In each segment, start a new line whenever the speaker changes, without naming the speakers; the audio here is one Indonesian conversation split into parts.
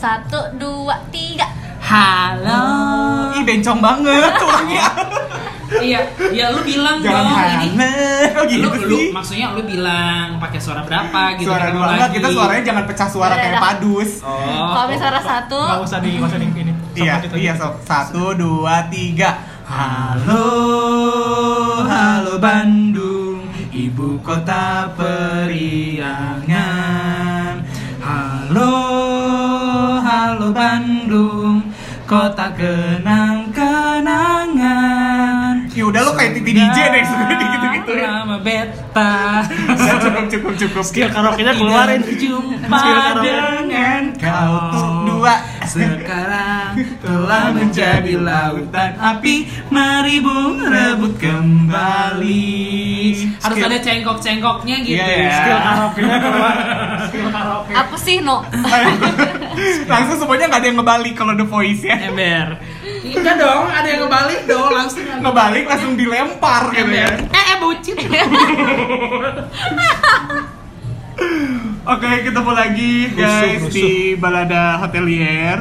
Satu, dua, tiga.
Halo.
Ih bencong banget tulangnya.
iya, ya lu bilang
Jangan
dong ini.
hangat. Oh gitu
Lu, lu
sih.
maksudnya lu bilang pakai suara berapa gitu
suara
kita
dua
lagi.
enggak, kita suaranya jangan pecah suara
Udah,
kayak
udah.
padus.
Oh.
Kalau misalnya satu,
Gak usah di, nggak usah di ini. Sok
Iya,
lanjut aja.
iya sob. Satu, dua, tiga. Halo, halo Bandung, ibu kota periangan. Halo, halo Bandung, kota kenang-kenangan. Ya udah lo kayak titi DJ deh sebenarnya gitu-gitu. ya.
Lama beta.
Udah, Iya, cukup, cukup, cukup. Iya,
Skill karaoke-nya keluarin.
Tidak Jumpa
Skill karaoke.
dengan
Ah, Kau
kau
tuh dua.
Sekarang telah menjadi lautan api Mari bung rebut kembali Harus
Skill-
ada cengkok-cengkoknya gitu
Iya, iya.
Skill karaoke-nya keluar. Skill karaoke.
apa sih no?
Langsung semuanya nggak ada yang ngebalik kalau The Voice ya.
Ember.
Enggak Iya dong, ada yang ngebalik dong langsung
Ngebalik langsung dilempar gitu ya.
Eh, eh bucin
Oke, ketemu lagi
Rusuh,
guys
rusuh.
di Balada Hotelier.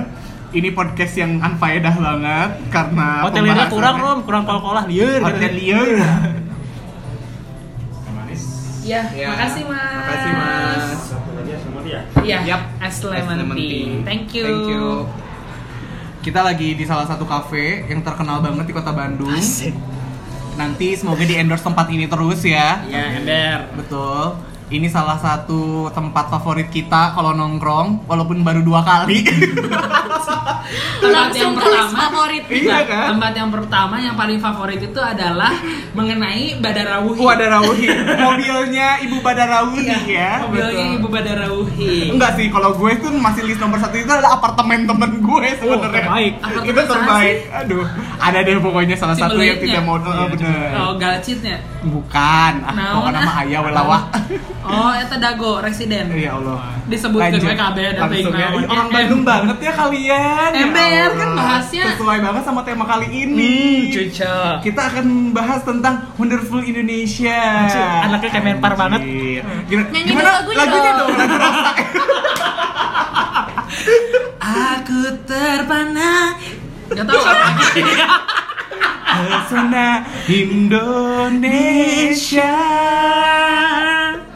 Ini podcast yang anfaedah banget karena
Hotelnya
pembahasannya-
kurang rom, kurang Iya, gitu. kol-kolah liur.
Hotelier.
Ya,
Ya.
makasih mas
Makasih, Mas.
Iya,
Yap.
es lemon tea Thank you
Thank you. Kita lagi di salah satu kafe yang terkenal banget di Kota
Hmm?
Bandung.
Asik.
Nanti semoga di endorse tempat ini terus ya.
Iya, ember
Betul. Ini salah satu tempat favorit kita kalau nongkrong, walaupun baru dua kali.
Tempat
Langsung
yang
ke list
pertama
favorit.
Iya kan?
Tempat yang pertama yang paling favorit itu adalah mengenai Badarawuhi.
Oh, Badarawi, mobilnya Ibu Badarawi ya.
Iya. Mobilnya Ibu Badarawuhi.
Enggak sih, kalau gue tuh masih list nomor satu itu adalah apartemen temen gue sebenarnya.
Oh, terbaik.
Apartemen
Itu
mana
terbaik. Aduh, ada deh pokoknya salah
Si
satu yang tidak
melitnya.
mau
Iya,
oh, bener.
Oh, galcitnya.
Bukan, ah,
Naon,
pokoknya nama
ah?
ayah welawah.
Oh, eta dago residen.
Ya Allah.
Disebutkan
Lanjut.
we kabeh ada
Langsung ya.
yang naon.
Ih, Orang
MM.
Bandung banget ya kalian. Ya
MBR kan
Allah.
bahasnya.
sesuai banget sama tema kali ini.
Hmm, cuca.
Kita akan bahas tentang Wonderful Indonesia.
Anjir, anaknya kayak Menpar banget.
Anjir. Gimana,
Nyanyi
gimana
dong lagunya
lagunya
dong.
dong? Lagu Rosa.
Aku terpana. Gak tau apa.
Pesona Indonesia.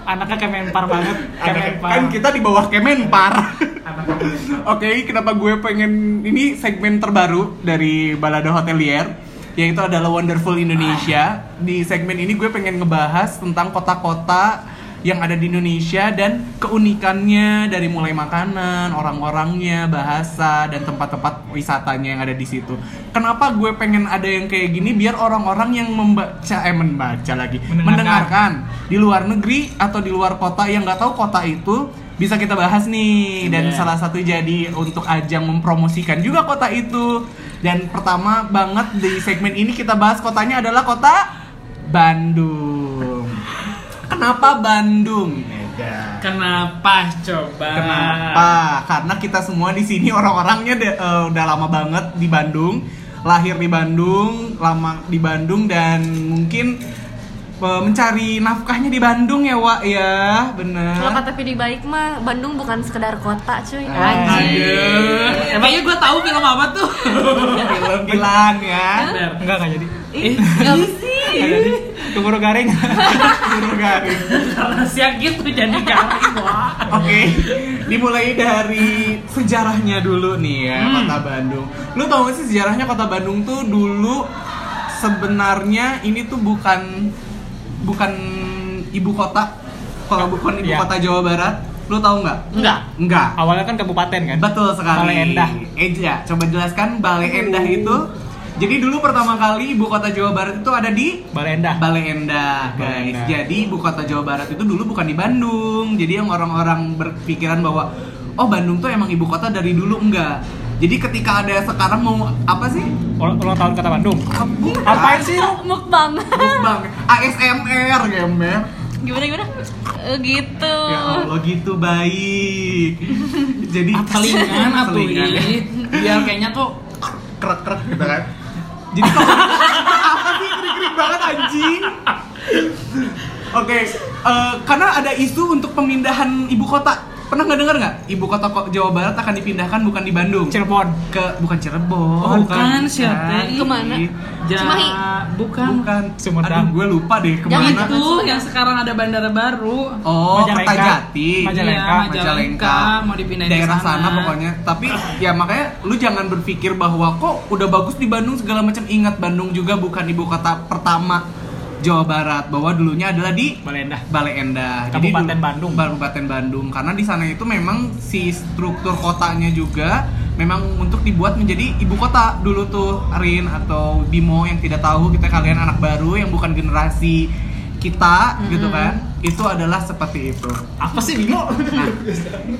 Anaknya kayak menpar banget. Kayak
Ada-
menpar.
Iya, Kan kita di bawah Kemenpar.
Anaknya kayak menpar.
Oke, kenapa gue pengen ini segmen terbaru dari Balada Hotelier yaitu adalah Wonderful Indonesia. Di segmen ini gue pengen ngebahas tentang kota-kota yang ada di Indonesia dan keunikannya dari mulai makanan, orang-orangnya, bahasa dan tempat-tempat wisatanya yang ada di situ. Kenapa gue pengen ada yang kayak gini biar orang-orang yang membaca eh membaca lagi,
Mendengarkan.
mendengarkan di luar negeri atau di luar kota yang nggak tahu kota itu bisa kita bahas nih dan
Iya.
salah satu jadi untuk ajang mempromosikan juga kota itu dan pertama banget di segmen ini kita bahas kotanya adalah kota Bandung kenapa Bandung
Kenapa coba?
Kenapa? Karena kita semua di sini orang-orangnya de- eh, udah lama banget di Bandung, lahir di Bandung, lama di Bandung dan mungkin eh, mencari nafkahnya di Bandung ya, Wak ya,
Kenapa
bener.
tapi di baik mah Bandung bukan sekedar kota cuy.
Anjing.
Anjir.
Iya.
Aduh. Kayaknya gue Eh, tahu film apa tuh.
Bilang ya.
Ember.
Enggak enggak jadi.
Ih, gak sih.
Enggak jadi. Keburu garing.
Suruh garing.
Karena siang gitu jadi garing, Wak.
Oke, dimulai dari sejarahnya dulu nih ya
Hmm.
kota Bandung. Lu tau gak sih sejarahnya kota Bandung tuh dulu sebenarnya ini tuh bukan bukan ibu kota kalau bukan ibu
Iya.
kota Jawa Barat. Lu tau nggak?
Enggak.
Enggak.
Awalnya kan kabupaten kan?
Betul sekali.
Balai Endah.
Eja, coba jelaskan Balai Endah itu. Jadi dulu pertama kali ibu kota Jawa Barat itu ada di
Balai Endah.
Balai Endah,
Balai
guys.
Endah.
Jadi ibu kota Jawa Barat itu dulu bukan di Bandung. Jadi yang orang-orang berpikiran bahwa oh Bandung tuh emang ibu kota dari dulu enggak. Jadi ketika ada sekarang mau apa sih?
Ulang ulang tahun Kota Bandung.
Ah, Bukan.
Apaan sih lu?
Mukbang.
Bang, ASMR gamer.
Gimana gimana? Eh, Gitu.
Ya Allah gitu baik. Jadi
Telingan atau iya?
Telingan.
ini? Biar kayaknya tuh
krek-krek gitu kan. Jadi kalau- apa sih kering-kering banget anjing? Oke, eh, karena ada isu untuk pemindahan ibu kota Pernah nggak dengar nggak ibu kota ko- Jawa Barat akan dipindahkan bukan di Bandung?
Cirebon.
ke bukan Cirebon. kan?
Oh, bukan, siapa?
Bukan.
Kemana?
Ja-
Cimahi.
bukan.
Bukan.
Sumedang.
Aduh, gue lupa deh
Jangan
kemana.
Itu yang sekarang ada bandara baru.
Oh,
Majalengka.
Kertajati.
Majalengka.
Iya,
Majalengka,
mau dipindahin ke
daerah sana. pokoknya. Tapi ya makanya lu jangan berpikir bahwa kok udah bagus di Bandung segala macam. Ingat Bandung juga bukan ibu kota pertama Jawa Barat bahwa dulunya adalah di
Balendah.
Balai Endah,
Kabupaten
dulu-
Bandung.
Kabupaten Bandung. Karena di sana itu memang si struktur kotanya juga memang untuk dibuat menjadi ibu kota dulu tuh Arin atau Bimo yang tidak tahu kita kalian anak baru yang bukan generasi kita gitu kan. Itu adalah seperti itu.
Apa sih Bimo?
Nah,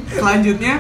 selanjutnya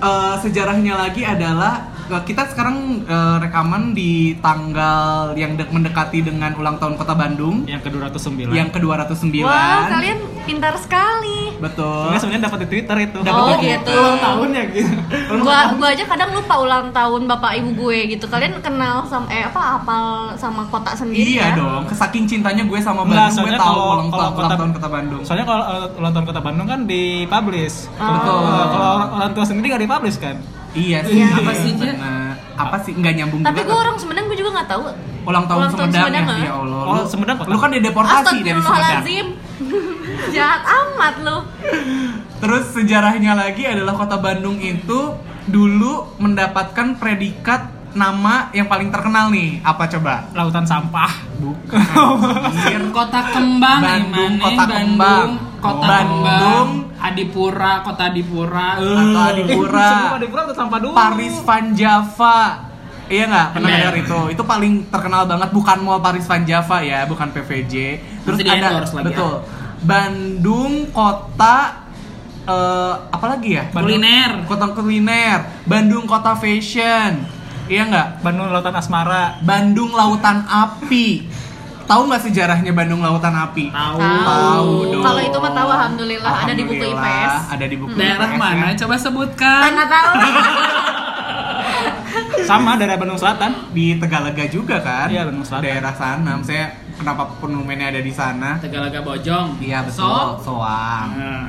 eh, sejarahnya lagi adalah eh, kita sekarang eh, rekaman di tanggal yang de- mendekati dengan ulang tahun Kota Bandung
yang ke-209.
yang ke-209.
Wah, kalian pintar sekali.
Betul.
Soalnya sebenarnya dapat di Twitter itu.
Dapat
oh
lagi.
gitu.
Ulang tahun ya gitu.
Gua gua aja kadang lupa ulang tahun bapak ibu gue gitu. Kalian kenal sama eh apa apal sama kota sendiri ya?
Iya dong, kesaking cintanya gue sama
Enggak,
Bandung, gue
soalnya
tahu
kalau
ulang
kalau
tahun ulang tahun kota Bandung. Ah.
Soalnya kalau uh, ulang tahun kota Bandung kan dipublish.
Oh.
Betul. Kalau orang, orang tua sendiri nggak dipublish kan?
Iya sih.
Iya.
Apa sih, Jen?
bener. Apa sih nggak nyambung
Tapi
juga
gue
kan?
orang Sumedang gue juga nggak tahu.
ulang tahun
ulang tahun
Sumedang ya.
Sumedang,
Ya
ah.
Allah.
Oh,
lu-
Sumedang kota.
Lu kan dideportasi dari Sumedang.
Astagfirullahalazim. Jahat amat lu.
Terus sejarahnya lagi adalah kota Bandung itu dulu mendapatkan predikat nama yang paling terkenal nih. Apa coba? Iya.
Lautan sampah.
Bukan. anjir.
Kota Kembang
Bandung,
Imane,
Kota
Bandung,
Kembang.
Kota
Bandung. Eh.
Kembang, Adipura, Kota Adipura.
Atau Adipura.
Semua kan Adipura lautan sampah dulu.
Paris Van Java. Iya nggak? Pernah
Iya.
dengar itu? Itu paling terkenal banget bukan Mall Paris Van Java ya, bukan PVJ. Terus
Nanti
ada
di-endorse lagi ya.
betul. Bandung kota eh apa lagi ya? Bandung-
Kuliner.
Kota kuliner. Bandung kota fashion. Iya nggak?
Bandung lautan asmara.
Bandung Lautan Api. Tahu nggak sejarahnya Bandung Lautan Api?
Tahu.
Tahu.
dong.
Kalau itu mah tahu, alhamdulillah. Ada di buku
Alhamdulillah,
IPS.
Ada di buku
Daerah
IPS,
mana?
ya.
Coba sebutkan.
Nggak tahu.
Sama daerah Bandung Selatan.
Di Tegalaga juga kan?
Iya, Bandung Selatan.
Daerah sana. Saya kenapa monumennya ada di sana?
Tegalaga Bojong.
Iya betul.
So,
Soang.
nah,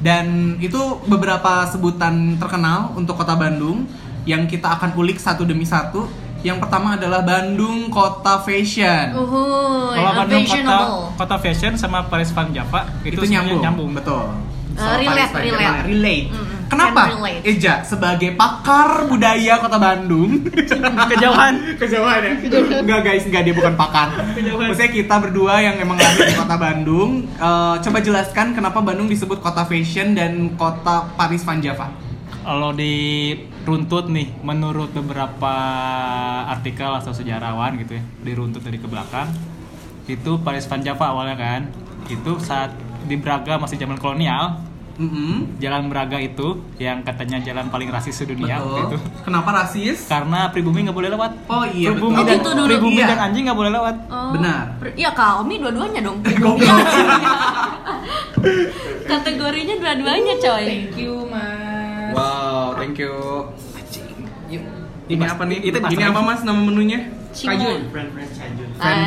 Dan itu beberapa sebutan terkenal untuk kota Bandung yang kita akan ulik satu demi satu. Yang pertama adalah Bandung Kota Fashion.
Uhuy,
Kalau
Oh,
Bandung kota,
fashionable.
kota fashion sama Paris Van Java itu,
itu nyambung.
sebenarnya nyambung.
betul.
Eh,
Soal
relate,
Paris Van Java.
relate.
Relate.
Mm-mm. Can
Kenapa?
relate.
Eja sebagai pakar budaya Kota Bandung
Kejauhan.
kejauhan ya? Enggak guys, enggak dia bukan pakar.
Kejauhan.
Maksudnya kita berdua yang emang lahir di Kota Bandung, eh, coba jelaskan kenapa Bandung disebut Kota Fashion dan Kota Paris Van Java.
Kalau diruntut nih, menurut beberapa artikel atau sejarawan gitu ya, diruntut dari ke belakang, itu Paris Van Java awalnya kan, itu saat di Braga masih zaman kolonial,
Mm-mm,
jalan Braga itu yang katanya jalan paling rasis sedunia waktu itu.
betul. Kenapa rasis?
Karena pribumi nggak boleh lewat.
Oh iya betul.
Oh,
Pribumi dan,
gitu dulu.
pribumi
Iya.
dan anjing nggak boleh lewat.
Oh,
Benar.
per- Iya kami dua-duanya dong. Kategorinya dua-duanya coy.
thank you, Mas.
Wow, thank you. Ini
Mas-
apa nih?
itu Mas-
Ini apa Mas nama menunya?
Cimol.
French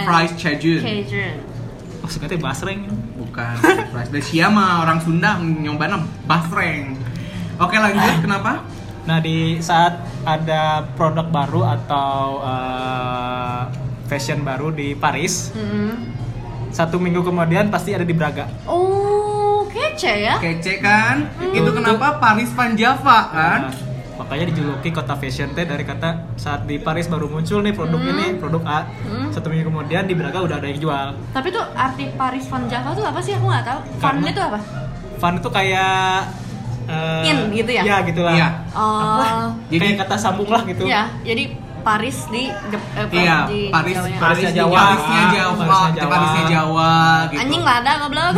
fries cajun.
Eh, Cajun.
Oh, sebenarnya basreng.
Bukan French fries. Dan siapa orang Sunda nyobanya basreng. Oke lanjut, kenapa?
Nah di saat ada produk baru atau eh, fashion baru di Paris,
Mm-mm.
satu minggu kemudian pasti ada di Braga.
Oh, kece ya.
Kece kan?
Hmm.
Itu kenapa Paris Van Java kan?
Nah, makanya dijuluki kota fashion teh dari kata saat di Paris baru muncul nih produk ini produk A.
Hmm.
Satu minggu kemudian di Braga udah ada yang jual.
Tapi tuh arti Paris Van Java tuh apa sih? Aku nggak tahu. Van
Karena-
itu apa?
Fun itu kayak eh,
In gitu ya?
Iya gitulah.
Iya.
Oh,
Jadi
Jadi
kata sambung lah gitu.
ya. Jadi Paris di Jep- eh,
iya
di
Paris
Jawanya.
Parisnya
Paris-
Jawa. Ah,
Parisnya Jawa,
Parisnya Jawa.
Parisnya Jawa gitu.
Anjing lah ada goblok.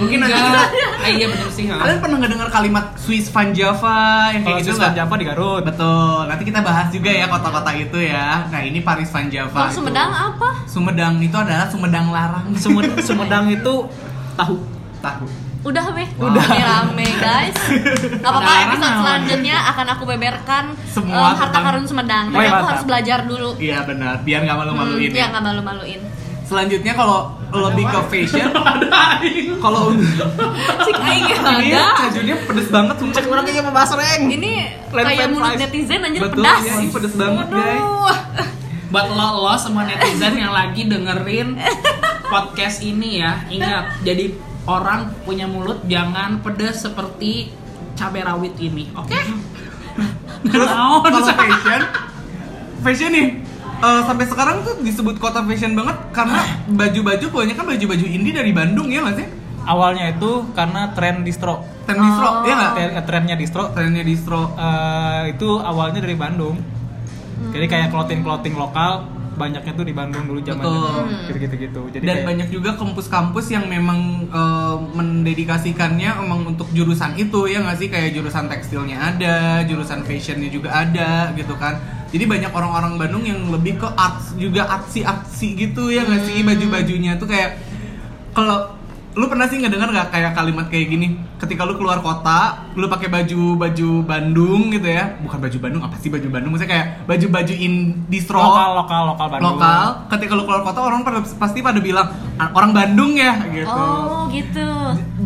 Mungkin ada
Enggak. Ah, iya bener sih. ha.
Kalian pernah nggak dengar kalimat Swiss Van Java yang
Kalau
kayak gitu
Oh, Swiss Van
nggak?
Java di Garut.
Betul. Nanti kita bahas juga ya kota-kota itu ya. Nah ini Paris Van Java.
Kalau
itu.
Sumedang apa?
Sumedang itu adalah Sumedang Larang.
Sumed- Sumedang itu tahu.
Tahu.
Udah weh,
Wow.
udah Ini rame guys. Gak apa-apa
Udah
episode
rame.
selanjutnya akan aku beberkan em,
Semua
harta
tentang-
karun Sumedang. Tapi
Woi,
aku
mantap.
harus belajar dulu.
Iya benar. Biar nggak malu-maluin.
Hmm,
ya.
Iya nggak malu-maluin.
Selanjutnya kalau lebih ke fashion,
Ada aing.
kalau untuk
Cik aing
ini
Iya,
ada.
tajudnya pedes banget sumpah.
orang kayak membahas reng.
Ini
Lem
kayak
pan
mulut
fries.
netizen anjir
Betul,
pedas.
iya, ini pedes banget, guys.
Aduh.
Buat lo lo semua netizen yang lagi dengerin podcast ini ya, ingat jadi orang punya mulut jangan pedas seperti cabai rawit ini, oke?
Nah, Terus
Naon,
kalau
Sa?
fashion, fashion nih eh, sampai sekarang tuh disebut kota fashion banget
Ah.
karena baju-baju banyak kan baju-baju indie dari Bandung ya nggak sih?
Awalnya itu karena tren distro.
Tren distro,
Oh.
ya nggak?
Tren- eh, Trennya distro
Trennya distro.
eh, itu awalnya dari Bandung.
Hmm.
Jadi kayak clothing-clothing lokal banyaknya tuh di Bandung dulu
Betul. Hmm.
zamannya. Gitu-gitu gitu. Jadi
Dan
kayak-
banyak juga kampus-kampus yang memang eh, mendedikasikannya emang untuk jurusan itu ya nggak sih kayak jurusan tekstilnya ada, jurusan fashionnya juga ada gitu kan. Jadi banyak orang-orang Bandung yang lebih ke arts juga artsy-artsy gitu ya nggak sih baju-bajunya tuh kayak kalau lu pernah sih ngedengar nggak kayak kalimat kayak gini ketika lu keluar kota lu pakai baju baju Bandung gitu ya bukan baju Bandung apa sih baju Bandung maksudnya kayak baju baju in distro
lokal lokal lokal Bandung.
lokal ketika lu keluar kota orang pada- pasti pada bilang "Ah, orang Bandung ya gitu
Oh, gitu.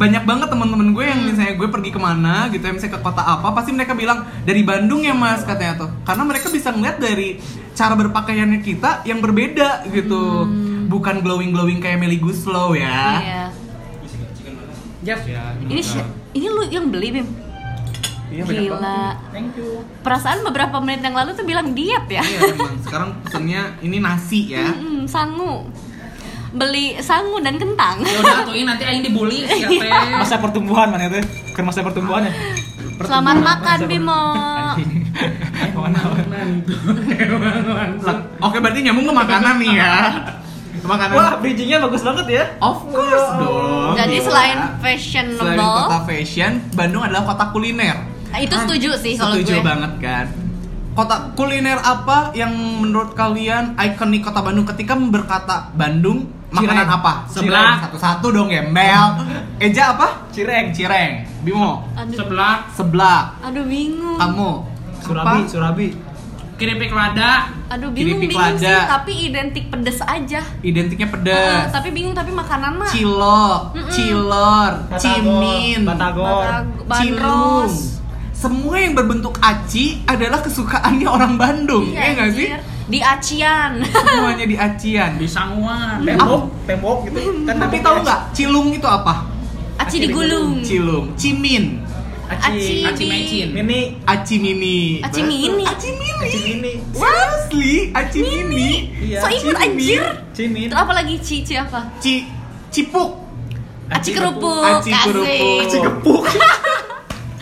banyak banget teman-teman gue yang misalnya gue pergi kemana gitu ya misalnya ke kota apa pasti mereka bilang dari Bandung ya mas katanya tuh karena mereka bisa ngeliat dari cara berpakaiannya kita yang berbeda gitu bukan glowing glowing kayak Melly Guslow ya
Iya.
Jap.
Ini si- ini lu yang beli, Bim.
Iya,
Gila.
Thank you.
Perasaan beberapa menit yang lalu tuh bilang diet ya.
Iya, emang sekarang pesennya ini nasi ya
Mm-mm, sangu. Beli sangu dan kentang.
Ya udah tuh ini nanti aing dibully ya teh.
Masa pertumbuhan mana itu? Ke masa pertumbuhan ya?
Selamat makan, Bimo.
Mana?
Lah, oke berarti nyambung ke makanan nih ya Ke makanan
Wah, bridgingnya bagus banget ya.
of course dong
Oh, Jadi
gila.
selain
Iya. Selain
fashionable, ah,
kota fashion, Bandung adalah kota kuliner.
itu setuju sih kalau
Setuju
gue.
banget kan. Kota kuliner apa yang menurut kalian ikonik kota Bandung ketika berkata Bandung makanan
Cireng.
apa?
Seblak.
Satu-satu dong ya, Mel. Eja apa?
Cireng.
Cireng. Bimo.
Aduh,
Sebelah
Seblak.
aduh bingung.
Kamu.
Surabi,
Apa?
Surabi.
keripik lada.
Aduh bingung
Kiripik
bingung sih,
lada.
tapi identik pedes aja.
Identiknya
Heeh,
pedas.
tapi bingung tapi makanan mah
Cilok,
Mm-mm.
cilor, cimin,
Batagor.
batag-
Cilung.
bandros.
Semua yang berbentuk aci adalah kesukaannya orang Bandung, ya nggak sih?
Iya, anjir. Di acian.
Semuanya di acian.
Di sanguan.
Tembok, tembok gitu. Kan
Tapi
temboknya
tahu nggak, cilung itu apa?
Aci digulung.
Cilung, cimin,
Aci.
Aci.
Aci mecin.
Mini.
aci mini.
Aci mini.
Aci mini.
Aci mini.
Seriously, aci mini.
Iya,
so imut
cimin.
anjir.
Cimin.
Itu apa lagi cici apa?
Ci cipuk.
Aci, kerupuk.
Aci
kasih.
kerupuk.
Aci gepuk.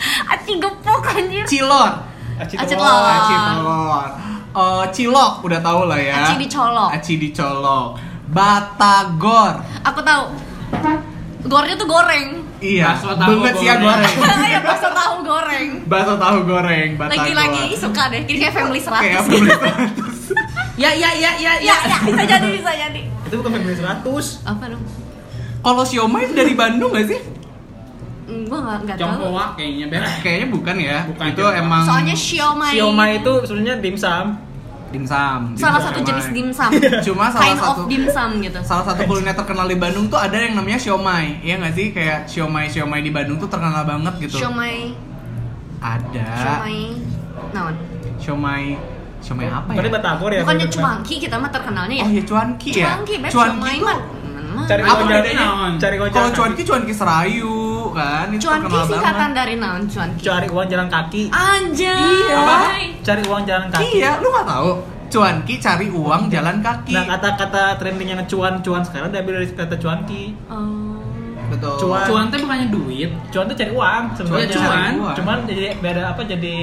Aci gepuk anjir.
Cilor.
Aci
Aci
telur.
telur.
Aci telur. Eh, cilok udah tahu lah ya.
Aci dicolok.
Aci dicolok. Batagor.
Aku tahu. Gornya tuh goreng.
Iya,
Bakso tahu
banget sih ya
goreng.
goreng.
ya bakso tahu goreng.
Bakso tahu goreng, batagor.
Lagi-lagi suka deh. Kayaknya family 100.
Kayak
gitu.
beli
Ya ya ya ya
ya, ya, bisa jadi, bisa jadi.
Itu bukan family 100.
Apa dong?
Kalau siomay dari Bandung gak sih?
Mm, Gua enggak
ya.
enggak tahu.
Congkowa kayaknya beres.
Kayaknya bukan ya.
Bukan,
itu
Jawa.
emang
Soalnya siomay.
Siomay itu sebenarnya dimsum.
dimsum.
salah
dimsum
satu
siomay.
jenis dimsum.
Cuma salah
kind
satu
of dimsum gitu.
salah satu kuliner terkenal di Bandung tuh ada yang namanya siomay. Iya nggak sih? Kayak siomay siomay di Bandung tuh terkenal banget gitu.
Siomay,
Ada.
siomay. Naon?
Iya, Siomay. Siomay apa ya?
Bukan Batagor ya.
Bukannya
sebenarnya.
cuangki kita mah terkenalnya ya?
Oh ya cuanki ya.
Cuangki, beb,
cuanki
siomay
tuh-
mah. Hmm.
Cari
Apa
gojek.
bedanya?
Cari gojek.
Kalau cuanki cuanki serayu kan itu
Cuangki
terkenal
singkatan
banget. Nah,
dari naon cuangki?
cari uang jalan kaki.
Anjay.
Apa?
Cari uang jalan kaki.
Ah. Iya, lu nggak tahu. Cuanki cari uang jalan kaki.
Nah kata-kata trending yang cuan-cuan sekarang diambil dari kata cuanki.
Oh.
Betul.
Cuan-
Cuan teh bukannya duit.
Cuan tuh cari uang sebenarnya.
Cuan tuh cari
uang.
Cuman jadi beda apa jadi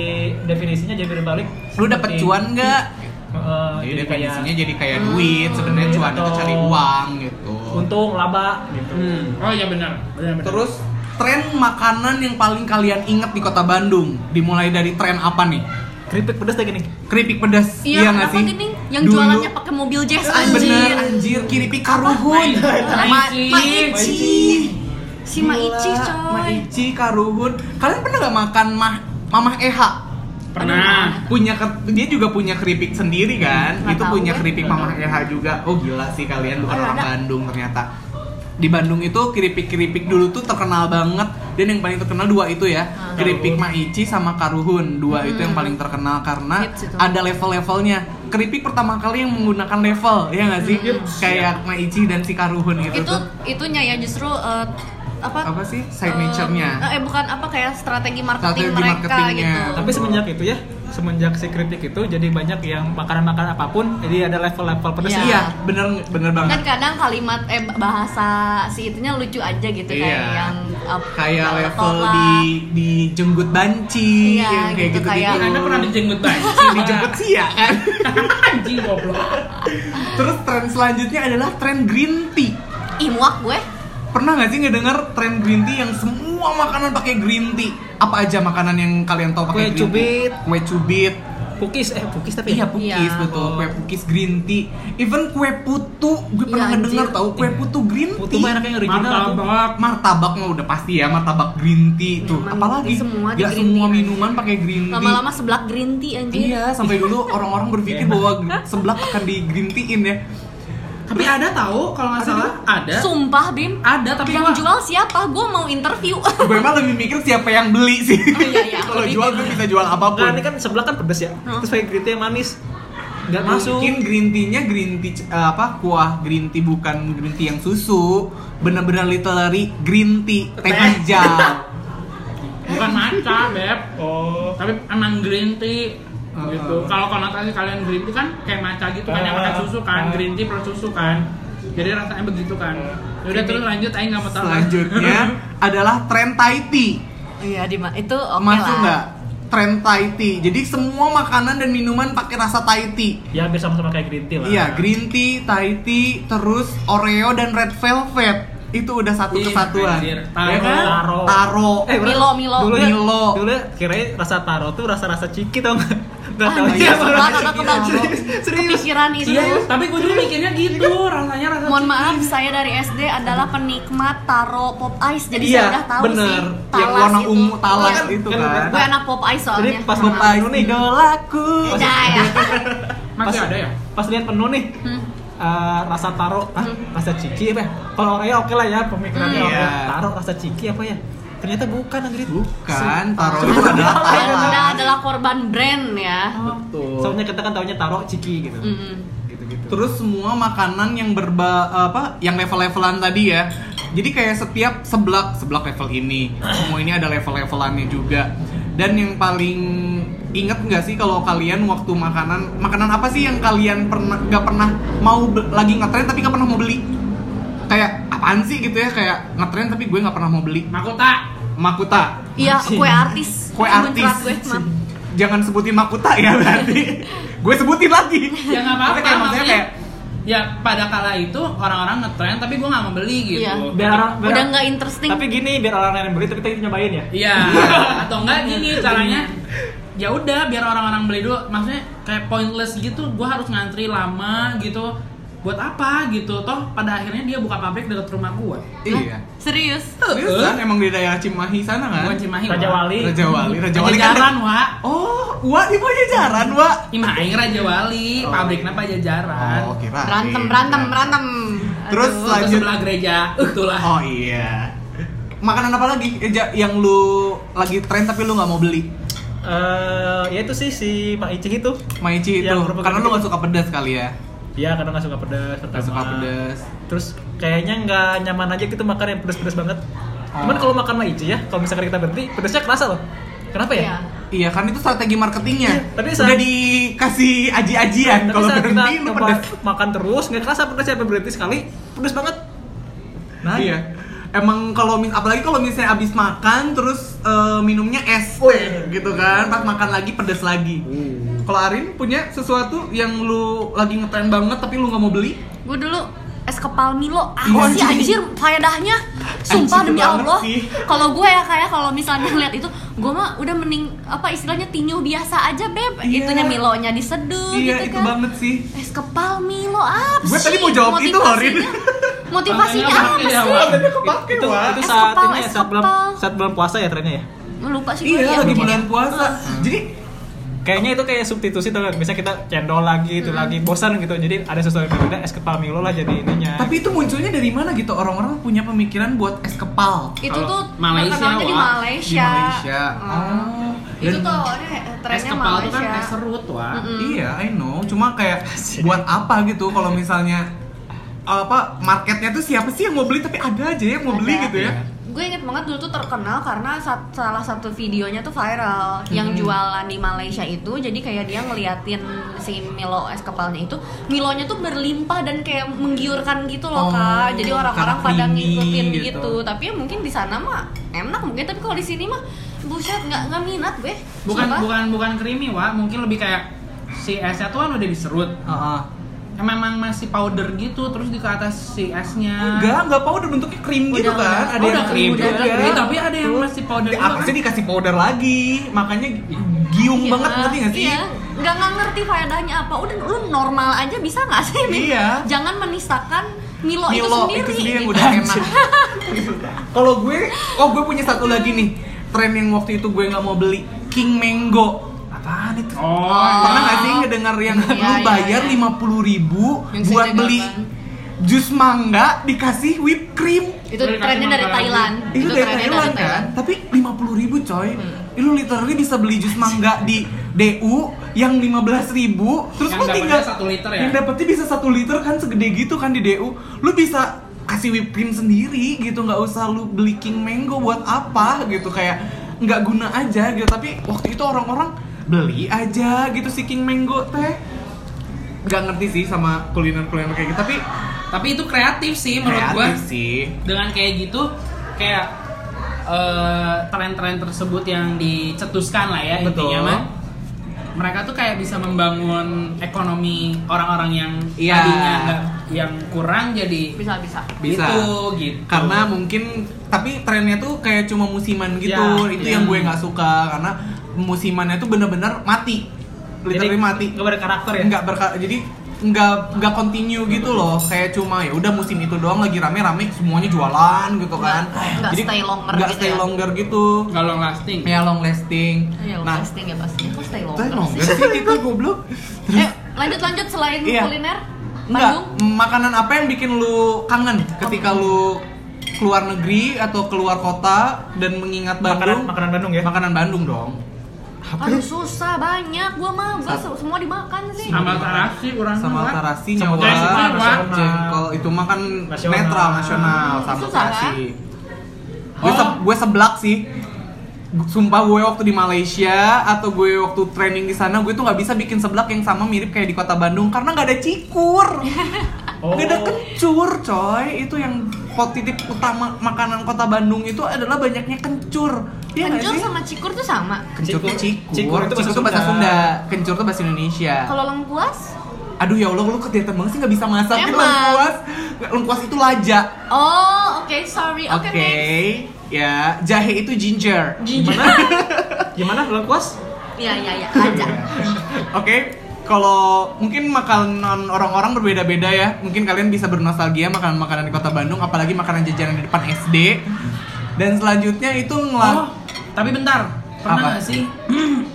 definisinya jadi berbalik.
Lu dapet
seperti-
cuan nggak?
Heeh,
Jadi
Oh, jadi kayak
definisinya jadi kayak
Hmm.
duit, sebenarnya
Duit
cuan itu
atau-
cari uang gitu.
untung laba gitu.
Oh iya benar. Benar benar.
Terus tren makanan yang paling kalian inget di kota Bandung dimulai dari tren apa nih?
Keripik pedas kayak gini.
Keripik pedas,
Iya, kenapa gini? Yang
Dulu-
jualannya pakai mobil jazz
Bener,
anjir.
anjir, keripik karuhun.
Ma, Ma Ici. Si Ma
Gila,
Ici
Ma
coy.
Ici, karuhun. Kalian pernah nggak makan mah Mamah Eha?
Pernah.
punya ke- dia juga punya keripik sendiri kan
Nggak
itu
tahu
punya
ya.
keripik Mama EH juga oh gila sih kalian bukan
Oh,
orang
ada.
Bandung ternyata di Bandung itu keripik-keripik dulu tuh terkenal banget dan yang paling terkenal dua itu ya
Ah. Hmm.
keripik Maici sama Karuhun dua itu yang paling terkenal karena
Hits itu.
ada level-levelnya keripik pertama kali yang menggunakan level ya nggak sih kayak Maici dan si Karuhun
Hmm. itu
gitu tuh
itunya ya justru eh, apa
apa sih signaturenya
eh, eh, bukan apa kayak strategi marketing
Strategi
mereka
marketingnya.
gitu
Tapi semenjak itu ya, semenjak si kritik itu jadi banyak yang makanan-makanan apapun jadi ada level-level pedes.
Iya.
iya bener bener banget
kan kadang kalimat eh bahasa si itunya lucu aja gitu kayak
Iya.
yang eh,
kayak
yang
level
tolak.
di di jenggut banci
Iya,
yang kayak
gitu,
gitu,
kayak- gitu.
Anda pernah dijenggut banci?
dijemput sia kan
anjing goblok.
terus tren selanjutnya adalah tren green tea
Ih, muak gue
pernah nggak sih ngedenger tren green tea yang semua makanan pakai green tea apa aja makanan yang kalian tahu pakai
Kue
green
cubit.
tea? kue cubit
Pukis eh pukis tapi
Iya
ya.
pukis
Iya.
betul kue pukis green tea even kue putu gue
Iya,
pernah ngedenger
anjir.
tau kue putu green
Putu
tea
mah enaknya yang original tuh.
Martabak.
martabak mah udah pasti ya martabak green tea tuh
Memang
apalagi
Iya, semua di
ya
green
semua
tea.
minuman pakai green tea
lama-lama seblak green tea anjir
Iya, sampai dulu orang-orang berpikir
Iya.
bahwa gr- seblak akan di green tea-in ya.
Tapi ada tahu kalau nggak salah ada.
Iya.
sumpah bim
Ada tapi
yang
gua-
jual siapa gue mau interview
Gue emang lebih mikir siapa yang beli sih.
iya, iya,
Kalau
lebih
jual gue bisa jual apapun.
Nah, ini kan sebelah kan pedes ya.
Hmm.
Terus pakai kritik yang manis. Enggak masuk.
Mungkin green tea-nya green tea c- eh, apa kuah green tea bukan green tea yang susu, bener-bener literally green tea teh
Teh.
hijau.
Bukan maca, Beb. Oh. Tapi emang green tea
Ah.
gitu. Kalau konotasi kalian green tea kan kayak maca gitu kan yang
Ah.
pakai susu kan,
Ah.
green tea plus susu kan. Jadi rasanya begitu kan. Yaudah terus lanjut aing nggak mau tahu.
Selanjutnya adalah tren Thai tea.
iya di ma- itu oke
Masuk
lah
nggak? Tren Thai tea. Jadi semua makanan dan minuman pakai rasa Thai tea.
Ya hampir sama-sama kayak green tea lah.
Iya, green tea, Thai tea, terus Oreo dan red velvet. Itu udah satu
Ih,
kesatuan.
anjir.
iya
Ya kan?
Iya, Taro.
Taro.
Eh, bener.
Milo, Milo.
Dulu ya,
Milo.
Dulu ya, kirain rasa taro tuh rasa-rasa ciki tau nggak? Nggak
Ah,
tahu
iya,
siapa
sebelah
orang
kakak
ciki.
kebangun.
Serius, serius.
kepikiran itu
Iya, tapi gue dulu mikirnya gitu, rasanya rasa
mohon maaf saya dari SD adalah penikmat taro pop ice jadi
Iya,
saya udah tahu
bener.
sih
Yang
talas
warna
itu.
ungu, talas
Iya.
itu
Kan
kan.
bener.
gue anak pop ice soalnya
Jadi pas
Mohon
pop
maaf.
ice nih.
idolaku.
Iya, ya.
masih
Pas-
ada ya.
Pas lihat menu nih,
Hmm.
eh, rasa taro, ah, rasa ciki apa ya? Kalau orangnya oke lah ya pemikirannya
Hmm.
oke.
Iya.
Taro rasa ciki apa ya? Ternyata bukan Anggrit.
Bukan, taro
Iya.
itu
Iya.
adalah
Anda
talas.
adalah korban brand ya
Betul.
Soalnya kita kan taunya taro ciki gitu.
Mm-mm.
Gitu-gitu.
Terus semua makanan yang berba apa yang level-levelan tadi ya. Jadi kayak setiap seblak, seblak level ini. Semua ini ada level-levelannya juga. Dan yang paling inget nggak sih kalau kalian waktu makanan makanan apa sih yang kalian pernah nggak pernah mau be- lagi ngetren tapi nggak pernah mau beli kayak apaan sih gitu ya kayak ngetren tapi gue nggak pernah mau beli
Makuta.
makuta
iya kue artis
kue
Ih, muncrat
artis
gue, maaf.
jangan sebutin makuta ya berarti gue sebutin lagi
Ya nggak apa-apa,
Tapi kayak maksudnya
maksudnya-
kayak
Ya pada kala itu orang-orang ngetren tapi gue nggak mau beli gitu.
Iya.
biar orang biar-
udah nggak interesting
tapi gini biar orang lain yang beli tapi kita nyobain ya
Iya. atau enggak gini caranya? Ya udah biar orang-orang beli dulu. Maksudnya kayak pointless gitu. Gue harus ngantri lama gitu. Buat apa gitu? Toh pada akhirnya dia buka pabrik dekat rumah gue.
iya
serius
Serius kan? Emang di daerah Cimahi sana kan?
Bukan Cimahi.
Raja
Wak.
Wali
Raja Wali, Raja Wali kan
Pajajaran, Wak.
Oh, Wak di Pajajaran, Wak.
Imah Aing Raja Wali,
Oh.
pabriknya Pajajaran.
Oh, kira.
berantem berantem berantem
Terus
Aduh.
Itu
lanjut.
sebelah gereja, itulah.
Oh iya. Makanan apa lagi eh, Ja, yang lu lagi tren tapi lu nggak mau beli?
Eh, ya itu sih si Pak Ici itu
Maici itu.
Yang kerupuk
Karena lu
kering.
nggak suka pedas kali ya.
ya karena nggak suka pedas pertama
Nggak suka pedas.
terus kayaknya nggak nyaman aja gitu makan yang pedas-pedas banget cuman kalau
Ah.
makan Pak Ici ya kalau misalkan kita berhenti pedasnya kerasa loh kenapa ya
Iya.
Iya, kan itu strategi marketingnya.
Iya, tapi saat-
udah dikasih aji-ajian
Tapi
kalau
saat kita
berhenti lu
coba
pedas.
makan terus nggak kerasa pedasnya Sampai berhenti sekali pedas banget
Nah, iya. Emang kalau min- apalagi kalau misalnya abis makan terus eh, minumnya es, gitu kan. Pas makan lagi pedas lagi. Kalau Arin punya sesuatu yang lu lagi ngetren banget tapi lu nggak mau beli?
gue dulu es kepal Milo ah
Iya,
sih
anjing.
anjir faedahnya sumpah
Anjing
demi
banget
Allah
sih.
kalau gue ya kayak kalau misalnya lihat itu gue mah udah mending apa istilahnya tinju biasa aja beb
Iya.
itunya Milonya diseduh gitu
iya, itu
kan
banget sih.
es kepal Milo apa
Gue
sih
tadi mau jawab itu, Horin.
motivasinya? motivasinya
Makanya
apa
pakai ya,
sih
Wak.
Tadi Oh, kepake,
itu
Wak.
itu
Es
saat
kepal,
ini ya,
es
saat bulan
kepal.
saat bulan puasa ya trennya ya
lupa sih gue
Iya,
ya.
lagi bulan puasa. Jadi
Kayaknya itu kayak substitusi tuh bisa kita cendol lagi itu lagi bosan gitu. Jadi ada sesuatu yang berbeda es kepal Milo lah jadi ininya.
Tapi itu munculnya dari mana gitu orang-orang punya pemikiran buat es kepal.
itu
Kalau
tuh
Malaysia,
terkenalnya di
Wak.
Malaysia.
Di Malaysia.
Hmm.
Ah.
Itu
Dan-
tuh awalnya
Es
trennya
kepala itu
Malaysia.
kan es serut, Wak.
Mm-mm.
Iya, I know. Cuma kayak buat apa gitu kalau misalnya apa marketnya tuh siapa sih yang mau beli tapi ada aja yang mau beli
Ada. iya.
gitu ya.
Gue inget banget dulu tuh terkenal karena sa- salah satu videonya tuh viral yang jualan di Malaysia itu jadi kayak dia ngeliatin si Milo es kepalnya itu Milonya tuh berlimpah dan kayak menggiurkan gitu loh
Oh,
kak jadi orang-orang
karena
pada
creamy
ngikutin
gitu.
gitu. tapi ya mungkin di sana mah enak mungkin tapi kalau di sini mah buset nggak nggak minat gue
Bukan
Sumpah.
bukan bukan creamy, Wak. Mungkin lebih kayak si esnya tuh kan udah diserut.
Heeh.
Memang masih powder gitu, terus di ke atas si esnya.
Enggak, enggak powder bentuknya krim
Udah,
gitu kan.
udah.
Ada
Oh,
yang
Nah. udah
krim
krim
udah,
juga.
juga. Eh, tapi ada yang
Tuh.
masih powder
Di
juga,
atasnya
kan?
dikasih powder lagi. Makanya giung
Iya.
banget ngerti nggak sih?
Iya, nggak nggak ngerti faedahnya apa. Udah lu normal aja bisa nggak sih? Min?
Iya.
Jangan menistakan Milo,
Milo
Oh, itu sendiri.
itu sendiri yang
gitu.
udah enak. Kalau gue, oh gue punya satu lagi nih. Tren yang waktu itu gue nggak mau beli King Mango. Apaan itu?
Oh,
Pernah gak sih ngedengar yang
Iya,
lu
iya,
bayar
iya.
lima puluh ribu
Yang
buat
sejagat,
beli
kan?
jus mangga dikasih whipped cream?
Itu trennya dari Thailand.
Itu dari Thailand kan? Tapi lima puluh ribu coy, lu literally bisa beli jus mangga di DU yang lima belas ribu, terus
Yang
lu
dapetnya
tinggal
satu liter ya?
yang dapetnya bisa satu liter kan segede gitu kan di DU, lu bisa kasih whipped cream sendiri gitu nggak usah lu beli king mango buat apa gitu kayak nggak guna aja gitu tapi waktu itu orang-orang beli aja gitu si king mango teh nggak ngerti sih sama kuliner-kuliner kayak gitu tapi
tapi itu kreatif sih menurut gua.
kreatif sih
Dengan kayak gitu kayak eh, tren-tren tersebut yang dicetuskan lah ya
Betul.
intinya mah. Mereka tuh kayak bisa membangun ekonomi orang-orang yang
Iya.
tadinya nggak- yang kurang jadi
Bisa bisa.
kan? Bisa.
gitu gitu.
karena mungkin tapi trennya tuh kayak cuma musiman gitu
Ya,
itu
ya.
yang gue nggak suka karena musimannya tuh bener-bener mati literally mati
Enggak berkarakter ya.
nggak berka jadi nggak nggak continue gitu loh kayak cuma ya udah musim itu doang lagi rame-rame semuanya jualan gitu kan
Nggak- nggak stay longer
nggak
gitu
stay
ya.
longer gitu
Nggak long lasting.
ya long lasting
Ya,
nah
nah, pasti ya pasti. Kok stay
stay
longer
longer
sih?
sih itu goblok
Eh, lanjut lanjut selain
Iya.
kuliner,
Enggak,
Bandung.
makanan apa yang bikin lu kangen ketika lu keluar negeri atau keluar kota dan mengingat
Makanan
Bandung?
makanan Bandung ya.
Makanan Bandung dong.
Aduh susah banyak, gua mah gua
Sat-
se- semua dimakan sih.
Sama tarasi kurang
Sama
Wak.
tarasi
Sama
nyawa,
tarasi, Pak.
jengkol itu makan
Nasional.
netral nasional
Hmm,
sama
susah,
tarasi. Gue
Oh.
se- gue seblak sih. Sumpah gue waktu di Malaysia atau gue waktu training di sana gue tuh nggak bisa bikin seblak yang sama mirip kayak di kota Bandung karena nggak ada cikur.
Oh.
Gak ada kencur coy Itu yang pot- titik utama makanan kota Bandung itu adalah banyaknya kencur Iya nggak
Kencur
sih?
sama cikur tuh sama.
Kencur tuh cikur,
Cikur itu bahasa
tuh bahasa
Sunda.
Sunda. Kencur tuh bahasa Indonesia
Kalau lengkuas?
Aduh ya Allah, lu kegiatan banget sih gak bisa masak
Emang.
Lengkuas Lengkuas itu laja
Oh, oke sorry. Oke next.
Ya, jahe itu ginger
Ginger.
Iya. Gimana lengkuas?
Iya iya iya. Aja.
Oke, kalau mungkin makanan orang-orang berbeda-beda ya. Mungkin kalian bisa bernostalgia makanan-makanan di Kota Bandung, apalagi makanan jajanan di depan SD. Dan selanjutnya itu
Oh,
ngelak
tapi bentar. Pernah
Apa?
nggak sih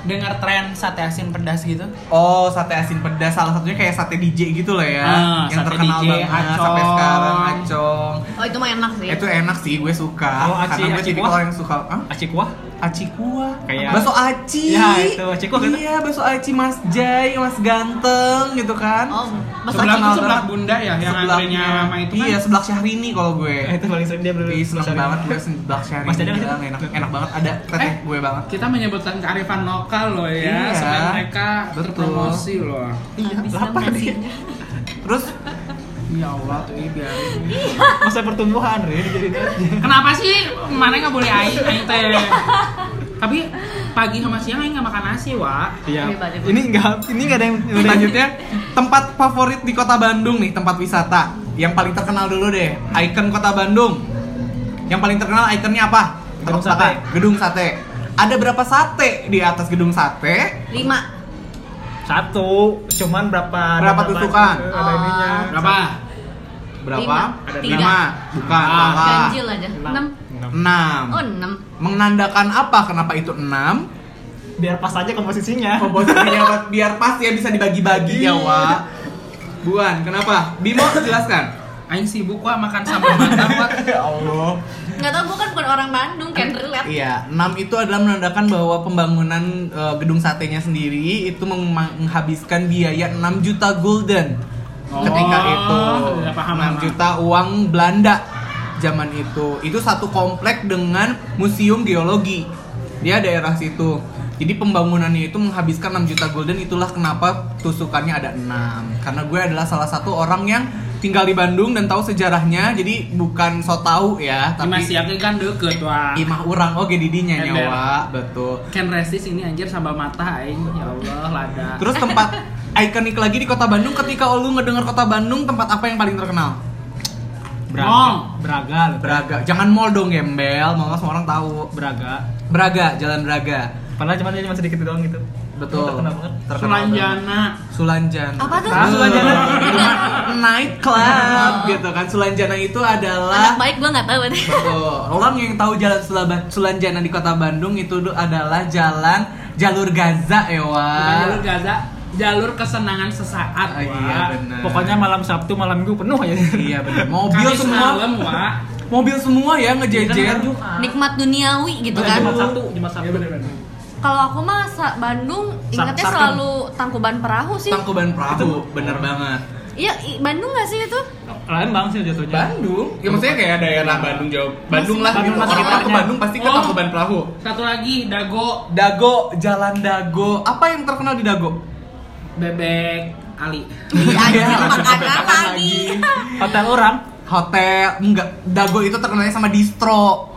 dengar tren sate asin pedas gitu?
Oh, sate asin pedas salah satunya kayak sate DJ gitu lah ya.
Ah,
yang
sate
terkenal
DJ,
banget sampai
acong.
sekarang acong.
Oh itu mah enak sih.
Itu enak sih, gue suka.
Kalau aci-
Karena gue
aci
jadi
kuah?
orang yang suka. Hah?
Aci kuah.
Aci kuah,
Kayak-
bakso aci.
Ya, itu, aci kuah kan?
Iya, bakso aci Mas Jai, Mas Ganteng gitu kan.
Oh,
Mas
Sebelah
Aci
itu
kenal
sebelah
banget.
Bunda ya yang
Sebelahnya-
antrenya lama itu kan?
Iya, sebelah Syahrini kalau gue.
Eh, itu paling sering dia beli.
Ih, seneng banget gue sebelah Syahrini.
Mas Dadang
bilang
sih.
enak, enak banget ada teteh
Eh.
gue banget.
Kita menyebutkan kearifan lokal loh ya,
Iya.
supaya mereka
Betul.
terpromosi loh.
Iya,
Habis
lapar
dong
dia.
nasinya.
Terus
Ya Allah tuh ini biarin.
Masa pertumbuhan, Rin, jadi itu aja.
Kenapa sih mana nggak boleh aing aing teh? Tapi pagi sama siang aing nggak makan nasi, Wak.
Iya.
Ribet, ribet.
Ini enggak ini enggak ada yang
selanjutnya tempat favorit di Kota Bandung nih, tempat wisata. Yang paling terkenal dulu deh, ikon Kota Bandung. Yang paling terkenal ikonnya apa?
Gedung
Tebak tebakan.
sate.
Gedung sate. Ada berapa sate di atas gedung sate?
Lima.
Satu, cuman berapa
Berapa
ada-
tusukan?
Ada ininya.
Berapa?
Berapa?
Lima.
Ada
Tiga.
lima. Bukan,
Ah.
salah.
Ganjil aja. Enam.
Enam.
Enam.
Oh enam.
Menandakan apa? Kenapa itu enam?
biar pas aja komposisinya
Oh, Komposisinya apa? biar pas ya bisa dibagi-bagi ya Wak Buan, kenapa? Bimo jelaskan.
Aing sibuk wah makan sama mata pak.
Ya Allah.
nggak tau gue kan bukan orang Bandung can relate
Iya, 6 itu adalah menandakan bahwa pembangunan eh, gedung satenya sendiri itu meng- menghabiskan biaya 6 juta golden.
Oh,
ketika itu
ya, paham,
6
paham.
juta uang Belanda zaman itu. Itu satu komplek dengan museum geologi. Dia daerah situ. Jadi pembangunannya itu menghabiskan 6 juta golden itulah kenapa tusukannya ada 6. Karena gue adalah salah satu orang yang tinggal di Bandung dan tahu sejarahnya. Jadi bukan so tahu ya, tapi
Dimas Yakin kan deket wah.
imah orang oke didinya
Ember.
nyawa betul
Ken resist ini anjir sama mata aing. Ya Allah lada.
terus tempat ikonik lagi di kota Bandung ketika lu ngedengar kota Bandung tempat apa yang paling terkenal
Mong.
Braga loh.
Braga jangan mall dong gembel mau semua orang tahu
Braga.
Braga jalan Braga
padahal cuman ini cuma sedikit doang gitu
betul
terkenal banget
banget.
Sulanjana.
Sulanjana
Apa tuh?
Nah, Sulanjana
Sulanjana.
night club gitu kan Sulanjana itu
anak
adalah
baik gue nggak tahu
Betul. Orang yang tahu jalan Sulaba- Sulanjana di kota Bandung itu du- adalah jalan jalur Gaza ya
Bukan
Wak.
jalur Gaza, jalur kesenangan sesaat.
Ah, iya
Wak.
benar.
pokoknya malam sabtu malam minggu penuh ya. aja
Iya benar.
Kamis
Mobil semua,
malam, Wak.
mobil semua ya ngejejer.
Kan Jumat.
nikmat duniawi gitu kan
Oh, Jumat Sabtu, Jumat
Iya,
Sabtu.
kalau aku mah sa- Bandung ingetnya
Sarkem.
selalu tangkuban perahu sih
Tangkuban perahu, bener banget.
iya i- Bandung nggak sih itu
Lembang sih jatuhnya.
Bandung, ya maksudnya kayak daerah Bandung jauh. Bandung lah,
Bandung
gitu.
lah
orang orang ke
sekitarnya.
Bandung pasti ke
Oh.
Tangkuban Perahu.
Satu lagi Dago
Dago, Jalan Dago. Apa yang terkenal di Dago?
bebek Ali.
Iya,
Iya,
itu makanan
makanan
lagi.
Hotel orang.
Hotel, enggak. Dago itu terkenalnya sama distro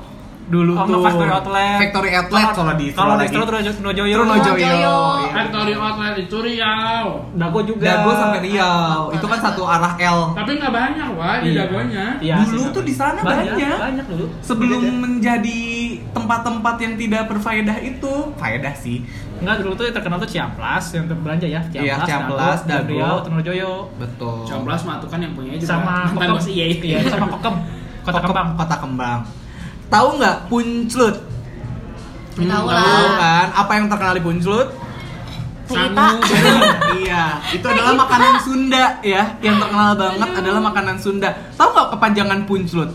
dulu
Oh,
tuh.
Factory Outlet.
Factory Outlet kalau distro.
Kalau
lagi.
distro terus Nojoyo.
Trunojoyo.
Trunojoyo.
Iya.
Factory Kan Outlet itu Riau.
Dago juga.
Dago sampai Riau, itu kan satu arah L.
Tapi nggak banyak Wak di
Iya.
Dagonya.
Iya,
Dulu
sih,
tuh di sana banyak.
Banyak dulu. Iya,
Sebelum
Beda.
menjadi tempat-tempat yang tidak berfaedah itu, faedah sih.
iya. Enggak dulu tuh yang terkenal tuh Ciamplas yang untuk belanja ya.
Iya, Ciamplas, Dago.
Riau, Trunojoyo.
Betul.
Comblas mah tuh kan yang punya juga.
Sama
mantan
Kokem.
bos iya
Iya, sama Kokem. Kota
Kok-
Kembang.
Kota Kembang. Tahu nggak Punclut?
Nggak tahu
Tahu
lah
kan? Apa yang terkenal di Punclut?
cerita
iya, itu adalah makanan Sunda ya. Yang terkenal banget adalah makanan Sunda. Tahu nggak kepanjangan Punclut?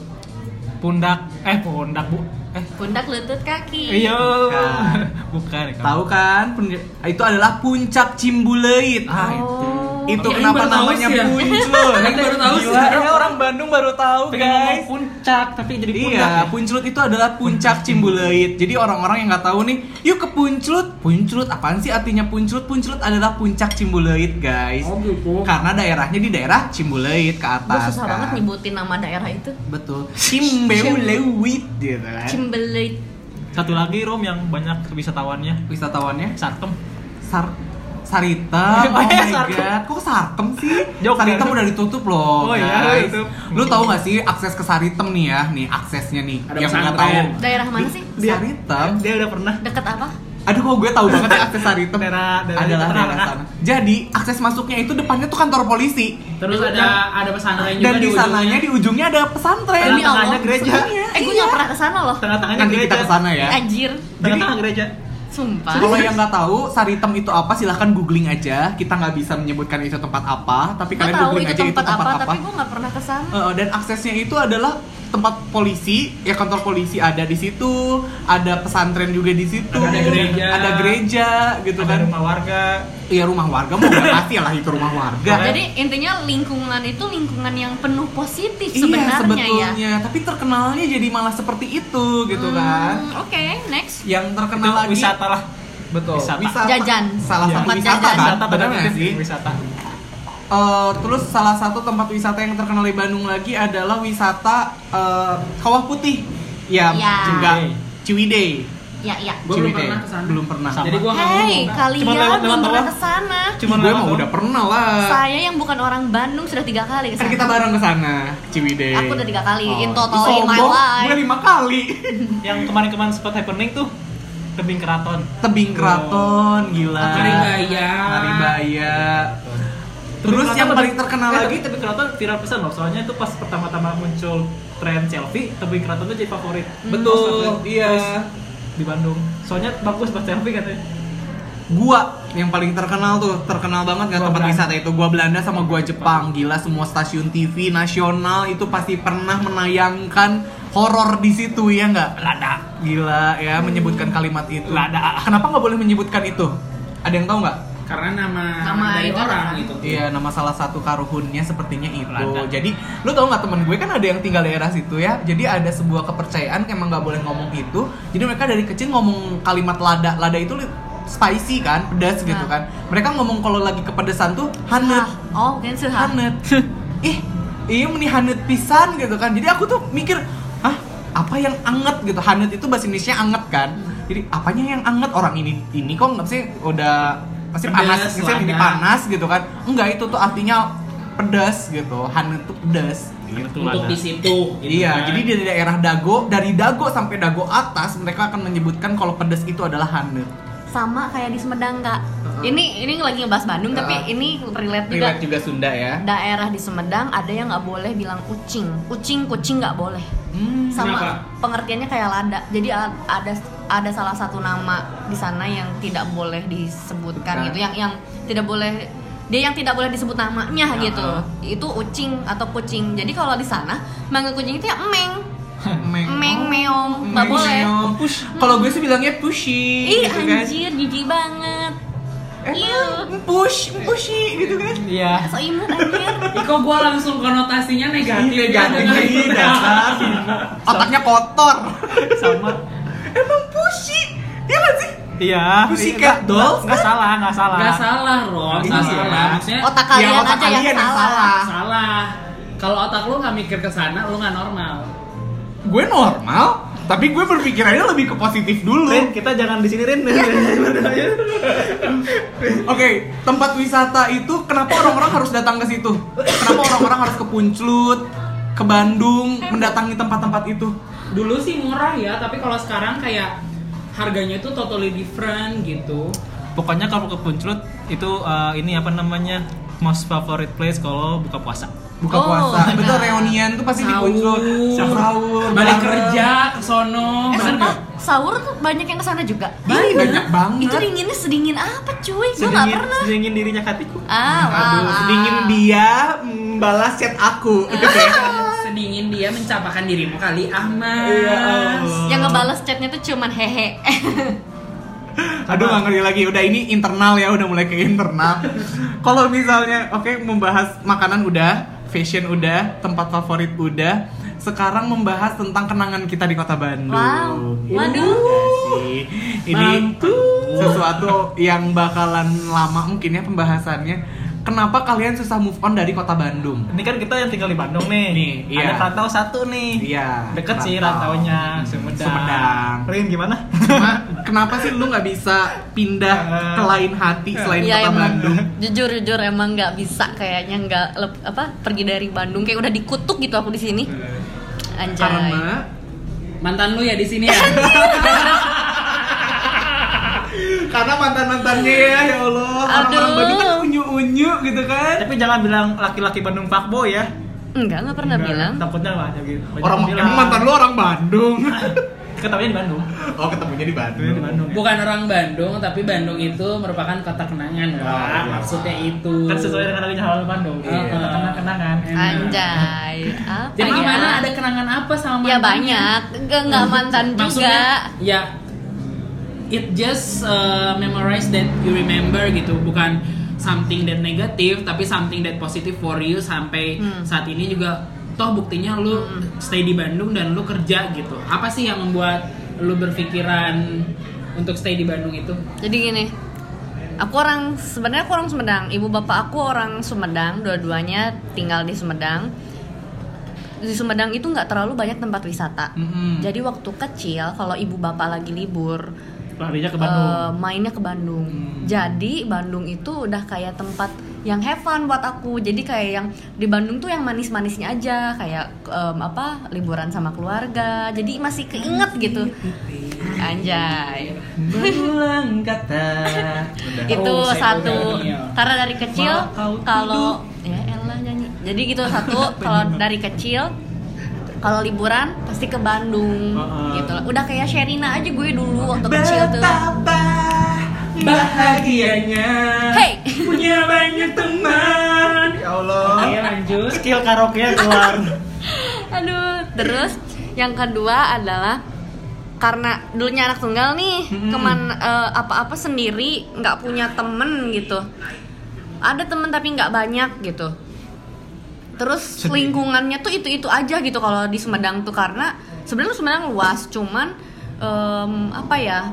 Pundak. Eh, pundak, Bu. Eh,
pundak lutut kaki
Iya.
Bukan.
Bukan. ya,
Tahu kan? Pun- Itu adalah puncak Cimbuleuit. Ah, itu.
Oh.
Itu
Ini
kenapa
baru tahu
namanya
sih ya.
Punclut?
Ini baru tahu sih.
Gila, ya orang Bandung baru tahu,
kamu. Pengen ngomong
guys.
puncak ya? tapi jadi pundak.
Iya, Punclut itu adalah puncak Cimbuleuit. Jadi orang-orang yang nggak tahu nih, yuk ke Punclut. Punclut apaan sih artinya Punclut? Punclut adalah puncak Cimbuleuit, guys.
Oh gitu.
Karena daerahnya di daerah Cimbuleuit ke
gue
atas.
susah
kan.
banget nyebutin nama daerah itu
Betul. Cimbuleuit gitu kan.
Cimbelit
Satu lagi Rom yang banyak wisatawannya.
Wisatawannya
Sarkem.
Sar Sarita, oh,
Oh iya,
my
Sarkem.
god, kok Sarkem sih?
Jauh
Saritem
banget.
udah ditutup loh,
Oh iya,
guys.
tutup.
Lu tahu gak sih akses ke Saritem nih ya, nih aksesnya nih
Ada
yang nggak tahu.
pesantren.
daerah mana sih
Saritem,
Dia udah pernah
deket apa
Aduh kok gue tahu banget ya akses Saritem
Daerah- daerah
adalah
itu
daerah
terkenal,
sana. Jadi akses masuknya itu depannya tuh kantor polisi
Terus ada ada pesantren juga
dan di
ujungnya.
sananya di ujungnya ada pesantren.
Demi Allah.
tengah-tengahnya gereja.
Sebenarnya,
eh gue
iya.
nggak pernah Eh, kesana loh
Tengah-tengahnya
Nanti
gereja.
kita ke sana ya.
anjir
Tengah-tengah gereja.
sumpah
Kalau yang nggak tahu Saritem itu apa silahkan googling aja. Kita nggak bisa menyebutkan itu tempat apa, tapi
gue
kalian
tahu
googling
itu
aja
tempat
itu tempat
apa
apa.
tapi gue nggak pernah kesana
Eh, dan aksesnya itu adalah tempat polisi, ya kantor polisi ada di situ, ada pesantren juga di situ,
Ada gereja.
ada gereja, gitu
Ada
kan.
rumah warga.
Iya rumah warga mau nggak pasti lah itu rumah warga.
Gak.
Nah, Jadi intinya lingkungan itu lingkungan yang penuh positif
Iya
sebenarnya ya.
sebetulnya, tapi terkenalnya jadi malah seperti itu gitu kan.
Hmm, Oke, next.
Yang terkenal
Itu
lagi
wisata lah.
betul.
Wisata.
Jajan.
Salah
Iya.
satu
Tempat
wisata
jajan.
kan?
Wisata
Benar
pada
nggak sih?
sih wisata.
Eh, terus salah satu tempat wisata yang terkenal di Bandung lagi adalah wisata eh, Kawah Putih. Ya,
Iya.
juga Ciwidey.
Ya, ya.
Gua belum
Ciwidey.
pernah kesana.
Belum pernah.
Sama.
Jadi
Jadi gua nggak mau.
Hei, kalian
Cuma lewat-
belum
lewat
pernah
bawah.
ke sana.
Cuma
gue
lewat
mah
doang.
udah pernah lah.
Saya yang bukan orang Bandung sudah tiga kali ke
Eh. Kan
sana.
kita bareng ke sana, Ciwidey.
Aku udah tiga kali, in total
Sombong,
in my
Gue
life.
lima kali.
Yang kemarin-kemarin sempat happening tuh tebing keraton.
Tebing keraton, gila.
Maribaya.
Haribaya. Terus
Tebing
yang
keraton
paling
ada-
terkenal
eh,
lagi
tapi tebing keraton viral pisan loh. Soalnya itu pas pertama-tama muncul tren selfie, tebing keraton tuh jadi favorit.
Betul,
Terus
iya.
di Bandung. Soalnya bagus buat selfie katanya.
gua yang paling terkenal tuh terkenal banget kan
Gua
tempat
Belanda.
wisata itu gua Belanda sama gua Jepang gila semua stasiun TV nasional itu pasti pernah menayangkan horor di situ ya nggak
Belanda.
gila ya menyebutkan kalimat itu
Lada.
kenapa nggak boleh menyebutkan itu ada yang tahu nggak
Karena nama,
Nama
dari
itu
orang
kan?
gitu.
Iya, nama salah satu karuhunnya sepertinya itu.
Belanda.
Jadi, lu tau nggak temen gue kan ada yang tinggal daerah situ ya. Jadi ada sebuah kepercayaan emang nggak boleh ngomong itu. Jadi mereka dari kecil ngomong kalimat lada. Lada itu li- spicy kan, pedas gitu
Nah.
kan. Mereka ngomong kalau lagi kepedesan tuh hanet,
oh mungkin sehat
hanet. Ih, iya meni hanet pisan gitu kan. Jadi aku tuh mikir, ah apa yang anget gitu? Hanet itu bahasa Indonesia anget kan. Jadi apanya yang anget orang ini ini kok nggak sih udah pasti
Pedas,
panas, misalnya ini
lada.
panas gitu kan. Enggak itu tuh artinya pedas gitu. Hanet tuh pedas.
Itu
Untuk
Lada.
di situ. gitu
Iya,
kan.
jadi dari daerah Dago, dari Dago sampai Dago atas mereka akan menyebutkan kalau pedas itu adalah hanet.
sama kayak di Sumedang kak
Uh-uh.
ini ini lagi ngebahas Bandung tapi
Uh-uh.
ini relate juga
Relate juga Sunda ya.
daerah di Sumedang ada yang nggak boleh bilang kucing kucing kucing nggak boleh
Hmm.
sama
Kenapa?
pengertiannya kayak lada jadi a- ada ada salah satu nama di sana yang tidak boleh
Bukan.
disebutkan gitu yang yang tidak boleh dia yang tidak boleh disebut namanya
Ya.
gitu itu ucing atau kucing jadi kalau di sana manggil kucing itu ya emeng
Meng, Oh.
emeng meong nggak
Meng,
boleh
meong. Push. Kalau gue sih bilangnya pushy.
ih Iya.
gitu kan.
anjir jijik banget
Emang push, pushy gitu kan.
Iya.
so imut anjir
Ih, kok gua langsung konotasinya
Iya,
negatif Iya. ya dengan
Ih,
itu?
dasar. Iya, Otaknya kotor.
Sama.
Emang pushy. Iya nggak sih?
Iya.
Pussycat
Nggak-
dolls,
Nggak salah, nggak salah.
Gak salah, Ron. Gak
Iya.
salah. Maksudnya
otak kalian
Ya, otak
aja
kalian
yang
yang
salah. Eh,
salah.
salah. Kalau otak lu nggak mikir ke sana, lu nggak normal.
Gue normal, tapi gue berpikirannya lebih ke positif dulu.
Rin, kita jangan di sini Rin.
Oke, tempat wisata itu kenapa orang-orang harus datang ke situ? Kenapa orang-orang harus ke Punclut, ke Bandung, mendatangi tempat-tempat itu?
Dulu sih murah ya, tapi kalau sekarang kayak harganya tuh totally different gitu.
Pokoknya kalau ke Punclut itu eh, ini apa namanya? Most favorite place kalau buka puasa.
Buka
Oh,
puasa.
benar.
Betul reunian tuh pasti di Punclut.
Sahur.
Sahur,
Balik
bareng.
kerja ke sono.
eh
bareng.
sumpah sahur tuh banyak yang kesana juga Iya.
Ih, Iya, banyak banget.
itu dinginnya sedingin apa cuy gue nggak
Sedingin,
pernah
sedingin dirinya katiku.
ah
Aduh,
lah.
sedingin dia membalas chat aku. Gitu ya.
Sedingin dia mencapakan dirimu kali, Ahmad.
Iya, Allah.
yang ngebales chatnya tuh cuman hehe Eh,
Aduh nggak ngeri lagi, udah ini internal ya, udah mulai ke internal Kalau misalnya, oke membahas makanan udah, fashion udah, tempat favorit udah Sekarang membahas tentang kenangan kita di kota Bandung
Wow. Waduh.
Iya nggak sih? Ini sesuatu yang bakalan lama mungkin ya pembahasannya Kenapa kalian susah move on dari kota Bandung?
Ini kan kita yang tinggal di Bandung nih.
Nih, iya.
Ada rantau satu nih.
Iya
Deket sih
rantau.
rantaunya Sumedang.
Sumedang.
Rin gimana?
Cuma kenapa sih lu nggak bisa pindah ke lain hati selain
Iya
kota
emang
Bandung?
jujur jujur emang nggak bisa kayaknya nggak lep- apa pergi dari Bandung kayak udah dikutuk gitu aku di sini anjay
Karena
Mantan lu ya di sini ya.
karena mantan mantannya ya ya Allah orang-orang
Aduh.
Bandung kan unyu unyu gitu kan
Tapi jangan bilang laki-laki Bandung fuckboy ya.
enggak nggak pernah bilang
Takutnya lah ada gitu. Banyak
orang
yang bilang.
emang mantan lu orang Bandung
Ketemunya di Bandung.
oh ketemunya di Bandung
Ketemunya di Bandung. Ya.
Bukan orang Bandung, tapi Bandung itu merupakan kota kenangan, Wak. Maksudnya itu.
Oh, iya. Kan sesuai dengan adanya hal Bandung.
Iya.
Kenangan-kenangan.
Iya.
Enak.
anjay apa
Jadi
ya
gimana ada kenangan apa sama
ya
mantannya?
banyak Enggak- nggak mantan
Maksudnya,
juga
ya it just uh, memorize that you remember gitu, bukan something that negative tapi something that positive for you sampai
Hmm.
saat ini juga toh buktinya lu stay di Bandung dan lu kerja gitu. Apa sih yang membuat lu berpikiran untuk stay di Bandung itu?
Jadi gini, aku orang sebenarnya aku orang Sumedang. Ibu bapak aku orang Sumedang, dua-duanya tinggal di Sumedang. Di Sumedang itu nggak terlalu banyak tempat wisata.
Mm-hmm.
Mm-mm.
Jadi waktu kecil kalau ibu bapak lagi libur,
Larinya ke Bandung. Mm.
eh, mainnya ke Bandung. Jadi Bandung itu udah kayak tempat yang have fun buat aku. Jadi kayak yang di Bandung tuh yang manis-manisnya aja, kayak em, apa liburan sama keluarga. Jadi masih keinget gitu. Anjay.
Berulang kata. Udah.
itu
Oh, saya
satu
udah dengar.
karena dari kecil
Malah kau
kalau ya elah nyanyi jadi gitu satu kalau dari kecil kalau liburan pasti ke Bandung
Ah,
Heeh.
gitu udah kayak Sherina aja gue dulu waktu kecil tuh
betapa
bahagianya
Hey.
punya banyak teman ya Allah Oke, lanjut
Skill karaoke keluar.
Aduh, terus yang kedua adalah karena dulunya anak tunggal nih, keman eh, apa-apa sendiri, nggak punya temen gitu. Ada temen tapi nggak banyak gitu. Terus lingkungannya tuh itu-itu aja gitu kalau di Sumedang tuh karena sebenarnya Sumedang luas, cuman em, apa ya?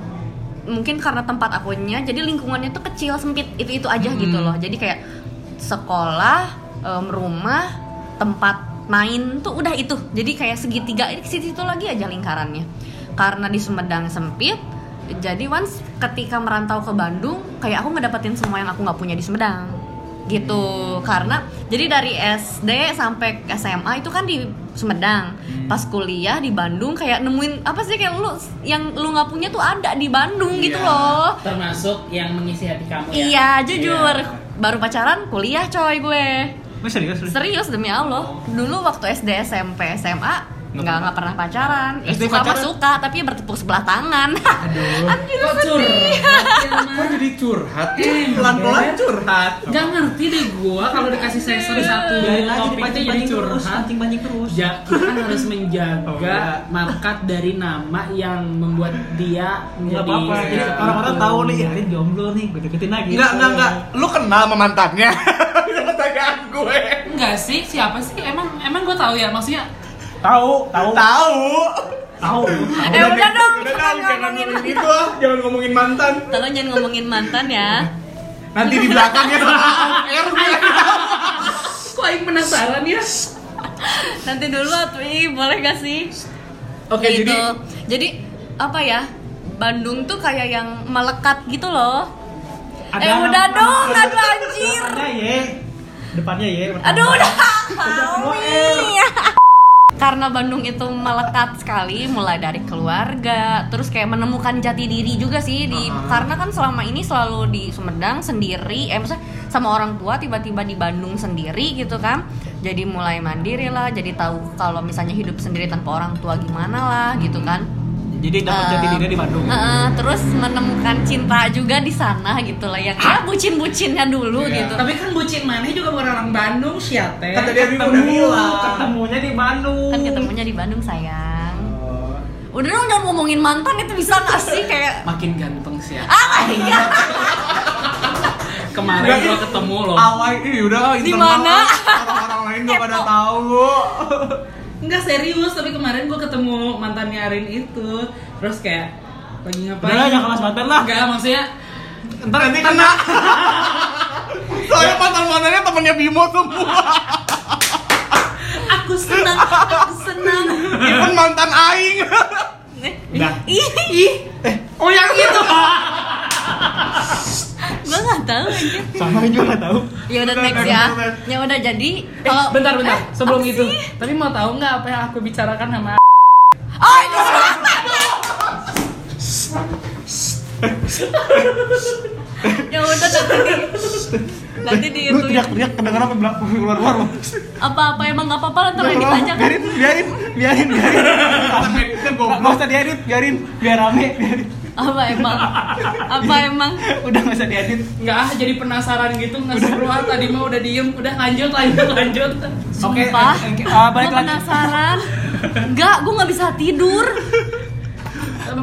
Mungkin karena tempat akunya jadi lingkungannya tuh kecil, sempit, itu-itu aja gitu loh. Jadi kayak sekolah, em, rumah, tempat main tuh udah itu. Jadi kayak segitiga ini ke situ lagi aja lingkarannya. Karena di Sumedang sempit, jadi once ketika merantau ke Bandung, kayak aku ngedapetin semua yang aku nggak punya di Sumedang gitu karena jadi dari SD sampai SMA itu kan di Sumedang pas kuliah di Bandung kayak nemuin apa sih kayak lu yang lu nggak punya tuh ada di Bandung gitu
Iya.
loh
termasuk yang mengisi hati kamu ya
iya jujur
Iya.
baru pacaran kuliah coy gue
Lu serius lu?
Serius demi Allah. Dulu waktu SD, SMP, SMA nggak nggak pernah pacaran. Eh,
SD
suka
pacaran?
mah suka, tapi bertepuk sebelah tangan. Anjir,
Kok
Kok
curhat
jadi curhat? Pelan-pelan curhat.
Gak ngerti deh gua kalau dikasih sensor satu topik itu jadi curhat
pancing terus.
Ja, kita kan harus
Oh,
menjaga
iya.
markat dari nama yang membuat dia ya,
Enggak
eh,
menjadi
apa-apa. Jadi
sesuatu.
orang-orang tahu nih, hari jomblo nih, gue deketin lagi.
Enggak, enggak, enggak. Lu kenal sama mantannya? Itu pertanyaan gue.
Enggak sih, siapa sih? Emang emang gue tahu ya maksudnya.
Tahu, tahu,
Tahu.
tahu.
Eh, udah dong,
Udah
jangan
dong, jangan
ngomongin
ngomongin itu. ah. Jangan ngomongin mantan.
Tolong jangan ngomongin mantan ya.
Nanti di ya. belakangnya sama air.
Kok aing penasaran ya?
Nanti dulu atuh, ih, boleh gak sih?
Oke,
Gitu.
jadi
jadi apa ya? Bandung tuh kayak yang melekat gitu loh. eh udah dong, aduh anjir.
Depannya ye. Depannya ye.
Aduh udah
semua
Awi. Karena Bandung itu melekat sekali mulai dari keluarga, terus kayak menemukan jati diri juga sih di karena kan selama ini selalu di Sumedang sendiri, eh maksudnya sama orang tua tiba-tiba di Bandung sendiri gitu kan. Jadi mulai mandiri lah, jadi tahu kalau misalnya hidup sendiri tanpa orang tua gimana lah gitu
Hmm.
kan.
Jadi dapat
Nah.
jati
Eh,
dirinya di Bandung.
Heeh, terus menemukan cinta juga di sana gitu lah yang ya bucin-bucinnya dulu
Iya.
gitu.
Tapi kan bucin maneh juga bukan orang Bandung sih ya teh.
Kata dia
Ketemu,
udah bilang.
ketemunya di Bandung.
kan ketemunya di Bandung sayang udah dong jangan ngomongin mantan itu bisa nggak sih kayak
Makin ganteng sih ya.
ah my God,
Kemarin gua ketemu loh.
Awai, ih udah internal.
mana?
Orang-orang lain gak pada tahu lu.
Enggak serius, tapi kemarin gua ketemu mantannya Arin itu. Terus kayak lagi ngapain?
Udah lah, jangan kelas mantan lah.
Enggak, maksudnya
Ntar nanti kena. Soalnya mantan-mantannya temennya Bimo semua.
aku senang, aku senang.
Even mantan aing.
ih ih
Oh yang itu.
gue nggak tahu anjir
Sama juga enggak tahu.
ya udah
Udah,
next
udah,
ya
udah.
ya udah jadi
Eh,
kalau
bentar bentar,
Eh,
sebelum
apa
itu.
sih?
Tapi mau tahu nggak apa yang aku bicarakan sama
oh itu salah. ya udah nanti di
Eh,
nanti di
Lu
itu ya?
teriak-teriak kedengeran apa belakang keluar-keluar. lu.
apa apa emang nggak apa-apa lah ntar yang ditanya kan
Biarin, biarin, biarin, biarin. Kita
Enggak
goblok.
usah diedit, biarin biar rame. biarin.
apa emang apa emang
Udah enggak usah diedit.
Nggak ah, jadi penasaran gitu nggak seru ah tadi mah udah diem udah lanjut lanjut lanjut
Oke,
Sumpah.
oke, ah, balik
Gua
lagi.
penasaran Enggak, gue nggak bisa tidur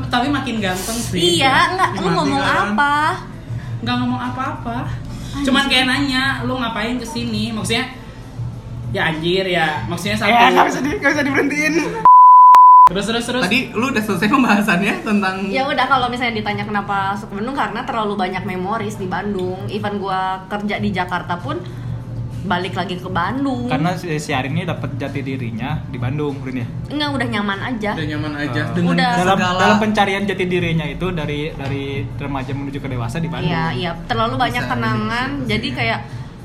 tapi makin ganteng sih
Iya, enggak, lu
Mati
ngomong
kan.
apa?
nggak ngomong apa-apa cuman kayak nanya lu ngapain kesini maksudnya ya anjir ya maksudnya satu
Ya, nggak bisa di, nggak bisa diberhentiin.
terus terus terus
Tadi lu udah selesai pembahasannya tentang
Ya udah kalau misalnya ditanya kenapa masuk ke Bandung karena terlalu banyak memoris di Bandung. Even gua kerja di Jakarta pun balik lagi ke Bandung.
Karena si si Arin ini dapat jati dirinya di Bandung, Rin ya.
Enggak udah nyaman aja.
udah nyaman aja
Eh,
dengan
udah.
Dalam
segala
dalam pencarian jati dirinya itu dari dari remaja menuju ke dewasa di Bandung.
Iya, iya, terlalu banyak
Bisa,
kenangan. Jadi kayak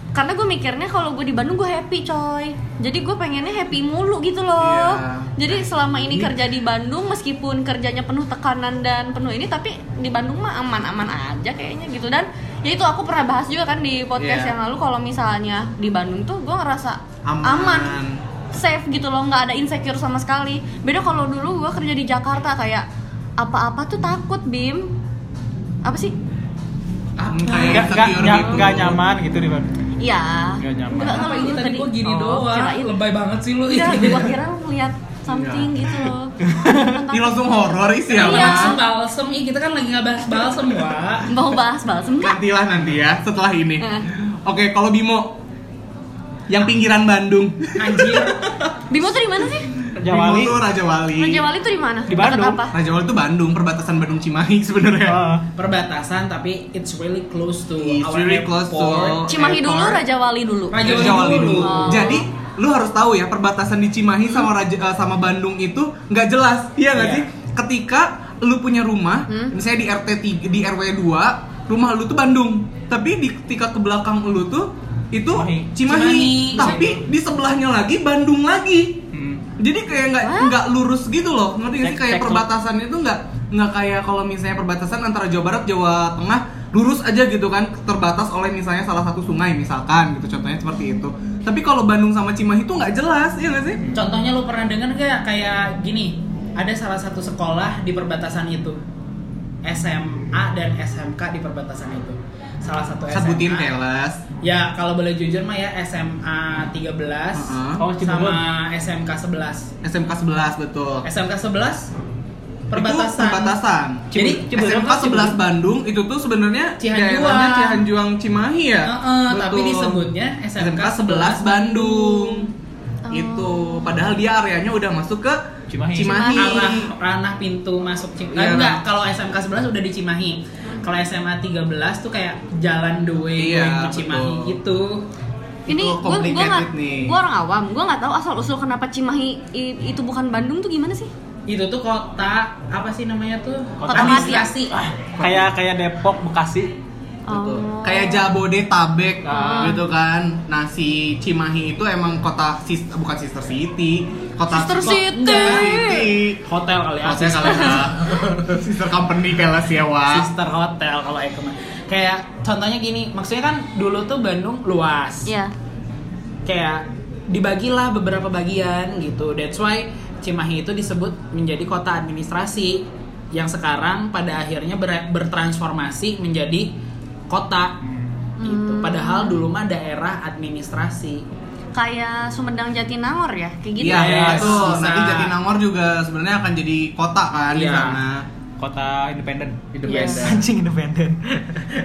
karena gue mikirnya kalau gue di Bandung gue happy coy jadi gue pengennya happy mulu gitu loh
Iya.
jadi selama ini kerja di Bandung meskipun kerjanya penuh tekanan dan penuh ini tapi di Bandung mah aman-aman aja kayaknya gitu dan ya itu aku pernah bahas juga kan di podcast
Iya.
yang lalu kalau misalnya di Bandung tuh gue ngerasa
aman.
aman safe gitu loh nggak ada insecure sama sekali beda kalau dulu gua kerja di Jakarta kayak apa-apa tuh takut bim apa sih
Ah,
nggak
kayak
nggak
insecure
nyak-
gitu.
nggak nyaman gitu di
Iya.
Nggak nyaman.
Enggak, kalau ini
tadi gua gini
oh,
doang, Iya.
kirain.
lebay banget sih lu. Iya.
Enggak, gua kira lu ngeliat something gitu loh. Tentang-
Ini langsung horor isi ya.
Iya.
Balsem, balsem, ih kita kan lagi nggak bahas balsem, Wak.
Mau bahas balsem enggak?
Nantilah nanti ya setelah ini.
Eh.
Oke, kalau Bimo yang pinggiran Bandung.
Anjir,
Bimo tuh di mana sih?
Jawali
Bimo tuh Raja Wali.
Raja Wali tuh di mana?
Di
Dekat
Bandung.
Apa?
Raja Wali itu Bandung, perbatasan Bandung Cimahi
Oh.
sebenarnya.
Heeh.
perbatasan tapi it's really close to
It's
our
really close to-
airport.
Cimahi dulu,
Airport.
Raja Wali dulu.
Raja
Raja Wali dulu.
Oh.
Jadi lu harus tahu ya perbatasan di Cimahi sama Raja, eh, sama Bandung itu nggak jelas. Iya nggak
Iya.
sih? Ketika lu punya rumah,
Hmm.
misalnya di RT 3, di RW 2, rumah lu tuh Bandung. Tapi di ketika ke belakang lu tuh itu
Cimahi.
Cimahi.
Cimahi.
Tapi di sebelahnya lagi Bandung lagi.
Hmm.
Jadi kayak nggak
Hah?
nggak lurus gitu loh. Ngerti nggak sih
Tek-
kayak
tek-
perbatasannya tuh nggak nggak kayak kalau misalnya perbatasan antara Jawa Barat Jawa Tengah lurus aja gitu kan terbatas oleh misalnya salah satu sungai misalkan gitu contohnya seperti itu. Tapi kalau Bandung sama Cimahi tuh nggak jelas ya nggak sih?
Contohnya lu pernah denger nggak kayak gini? Ada salah satu sekolah di perbatasan itu. SMA dan SMK di perbatasan itu. Salah satu SMA.
Sebutin kelas.
Ya, kalau boleh jujur mah ya SMA 13
Heeh.
Oh, Cirebon.
sama SMK 11.
SMK 11 betul.
SMK 11
Itu
perbatasan.
perbatasan.
Jadi
Cibodas
SMK
kan
11 Bandung itu tuh sebenarnya
Cihanjuang.
daerahnya Cihanjuang Cimahi ya.
Heeh, tapi
Betul.
disebutnya SMK
SMK 11 Bandung.
Oh.
Itu padahal dia areanya udah masuk ke
Cimahi.
Cimahi.
arah ranah pintu masuk Cimahi.
Iya.
Enggak, kalau SMK 11 udah di Cimahi. Kalau SMA 13 tuh kayak jalan the way
Iya,
going to Cimahi
betul.
gitu.
Ini gua
Itu
gua nggak
complicated nih.
gua orang awam, gua nggak tahu asal usul kenapa Cimahi i- itu bukan Bandung tuh gimana sih?
Itu tuh kota apa sih namanya tuh?
Kota
administrasi. Wah,
kayak kayak Depok Bekasi
Betul.
Oh.
Kayak Jabodetabek
Ah.
gitu kan. Nah, si Cimahi itu emang kota sis, bukan sister city, kota
Sister
kota-
City.
hotel kali ya.
Maksudnya kalau nggak- sister company kayak ya, Wak.
Sister hotel kalau Eko mah. Kayak contohnya gini, maksudnya kan dulu tuh Bandung luas.
Iya.
kayak dibagilah beberapa bagian gitu. That's why Cimahi itu disebut menjadi kota administrasi yang sekarang pada akhirnya ber- bertransformasi menjadi kota.
Hmm.
Gitu.
Hmm.
Padahal dulu mah daerah administrasi.
Kayak Sumedang Jatinangor ya, kayak gitu.
Iya,
Yes,
betul.
bisa.
Nanti Jatinangor juga sebenarnya akan jadi kota kan di
Iya.
sana.
kota independen
Iya.
Yes.
anjing independen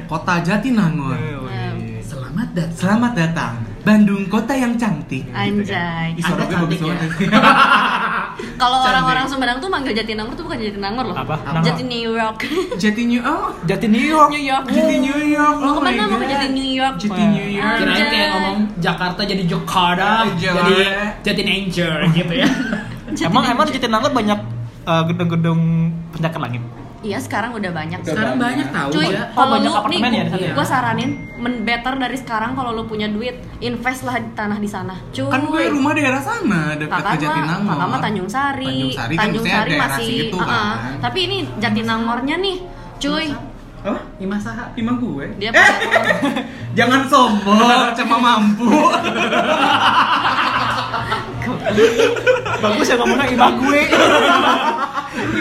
Kota Jatinangor.
Selamat datang.
Selamat datang. Bandung kota yang cantik.
Anjay.
Ih, suara
Anda
gue bagus
cantik
banget.
Kalau
Gitu kan. Cantik.
orang-orang Sumedang tuh manggil Jatinangor tuh bukan Jatinangor loh.
apa
Apa?
Jati New York.
Jati New York.
Jati New York
New York.
Jati New York.
Mau
oh my
kemana mau ke
God.
Jati New York?
Jati New York.
Kirain
Anjay.
Iya, kan? kayak ngomong Jakarta jadi Jakarta,
Jawa.
jadi Jatin Angel gitu ya.
emang emang di Jatinangor banyak eh, gedung-gedung pencakar langit
Iya sekarang udah banyak.
Sekarang banyak tahu
Cuy,
ya.
kalau
banyak
lu nih,
apartemen ya di
sana ya?
gue saranin, men better dari sekarang kalau lu punya duit, invest lah di tanah di sana. Cuy,
Kan gue rumah daerah sana, dekat
kakak
ke
mah,
Jatinangor.
kakak mah Tanjung Sari,
Tanjung Sari kan maksudnya daerah situ
uh-uh.
kan.
tapi ini Jatinangornya nih, cuy,
Apa?
Imah Saha.
Imam gue?
dia
Eh, jangan sombong, cuma mampu.
bagus ya ngomongnya imah gue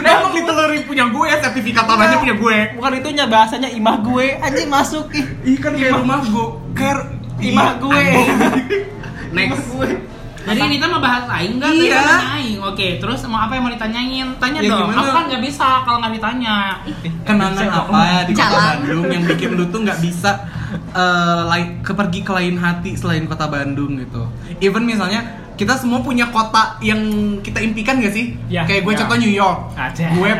Emang diteluri punya gue, sertifikat tanahnya punya gue.
bukan itunya bahasanya imah gue anjing masuk ih
Ih kan kayak rumah gue, kayak
imah
Iya,
gue
Next.
Jadi ini kita mau bahas lain nggak?
Iya.
Tadi kan aing. Oke, terus mau apa yang mau ditanyain? Tanya
Ya,
dong.
gimana?
Aku kan nggak bisa kalau nggak ditanya.
kenangan apa di kota
Jalan.
Bandung yang bikin lu tuh nggak bisa eh, lai- ke pergi ke lain hati selain kota Bandung gitu. Even misalnya kita semua punya kota yang kita impikan gak sih?
Ya,
kayak gue
ya.
contoh New York.
Ada.
Gue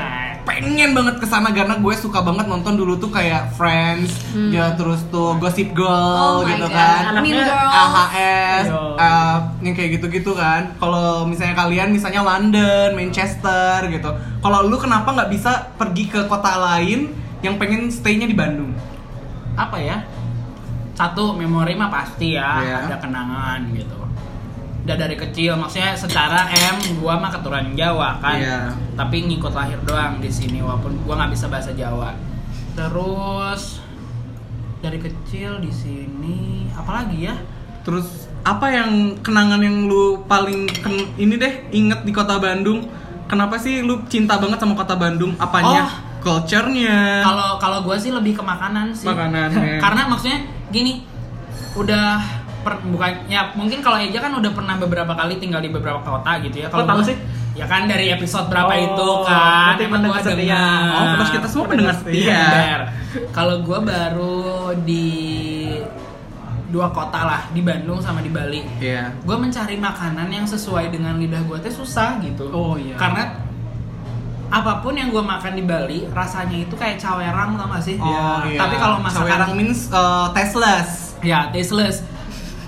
pengen banget ke sana karena gue suka banget nonton dulu tuh kayak Friends, ya terus tuh Gossip
Hmm. Oh
Girl
my
gitu
God.
kan.
Mean
Anaknya
Girls.
AHS
Iya.
Yo.
eh, yang kayak gitu-gitu kan. Kalau misalnya kalian misalnya London, Manchester gitu. Kalau lu kenapa nggak bisa pergi ke kota lain yang pengen stay-nya di Bandung?
Apa ya? Satu memori mah pasti ya,
Iya.
ada kenangan gitu. Udah dari kecil, maksudnya secara M gua mah keturunan Jawa kan.
Iya.
Tapi ngikut lahir doang di sini walaupun gua nggak bisa bahasa Jawa. Terus dari kecil di sini apalagi ya?
Terus apa yang kenangan yang lu paling ken- ini deh inget di kota Bandung? Kenapa sih lu cinta banget sama kota Bandung? Apanya?
Oh,
culture-nya.
Kalau kalau gue sih lebih ke makanan sih.
Makanannya.
Karena maksudnya gini, udah per, bukan ya mungkin kalau Eja kan udah pernah beberapa kali tinggal di beberapa kota gitu ya. Kalau
Oh, tahu
gua-
sih?
Ya kan dari episode berapa
Oh,
itu kan.
nanti
Emang gua
pendengar setia.
dengar.
Oh, terus kita semua mendengar
Iya.
setia.
Kalau gue baru di dua kota lah di Bandung sama di Bali.
Iya.
Gue mencari makanan yang sesuai dengan lidah gue tuh susah gitu.
Oh, iya.
Karena apapun yang gue makan di Bali rasanya itu kayak cawerang tau gak sih?
iya.
Oh, Tapi kalau masakan
Sawerang means uh, tasteless.
ya tasteless.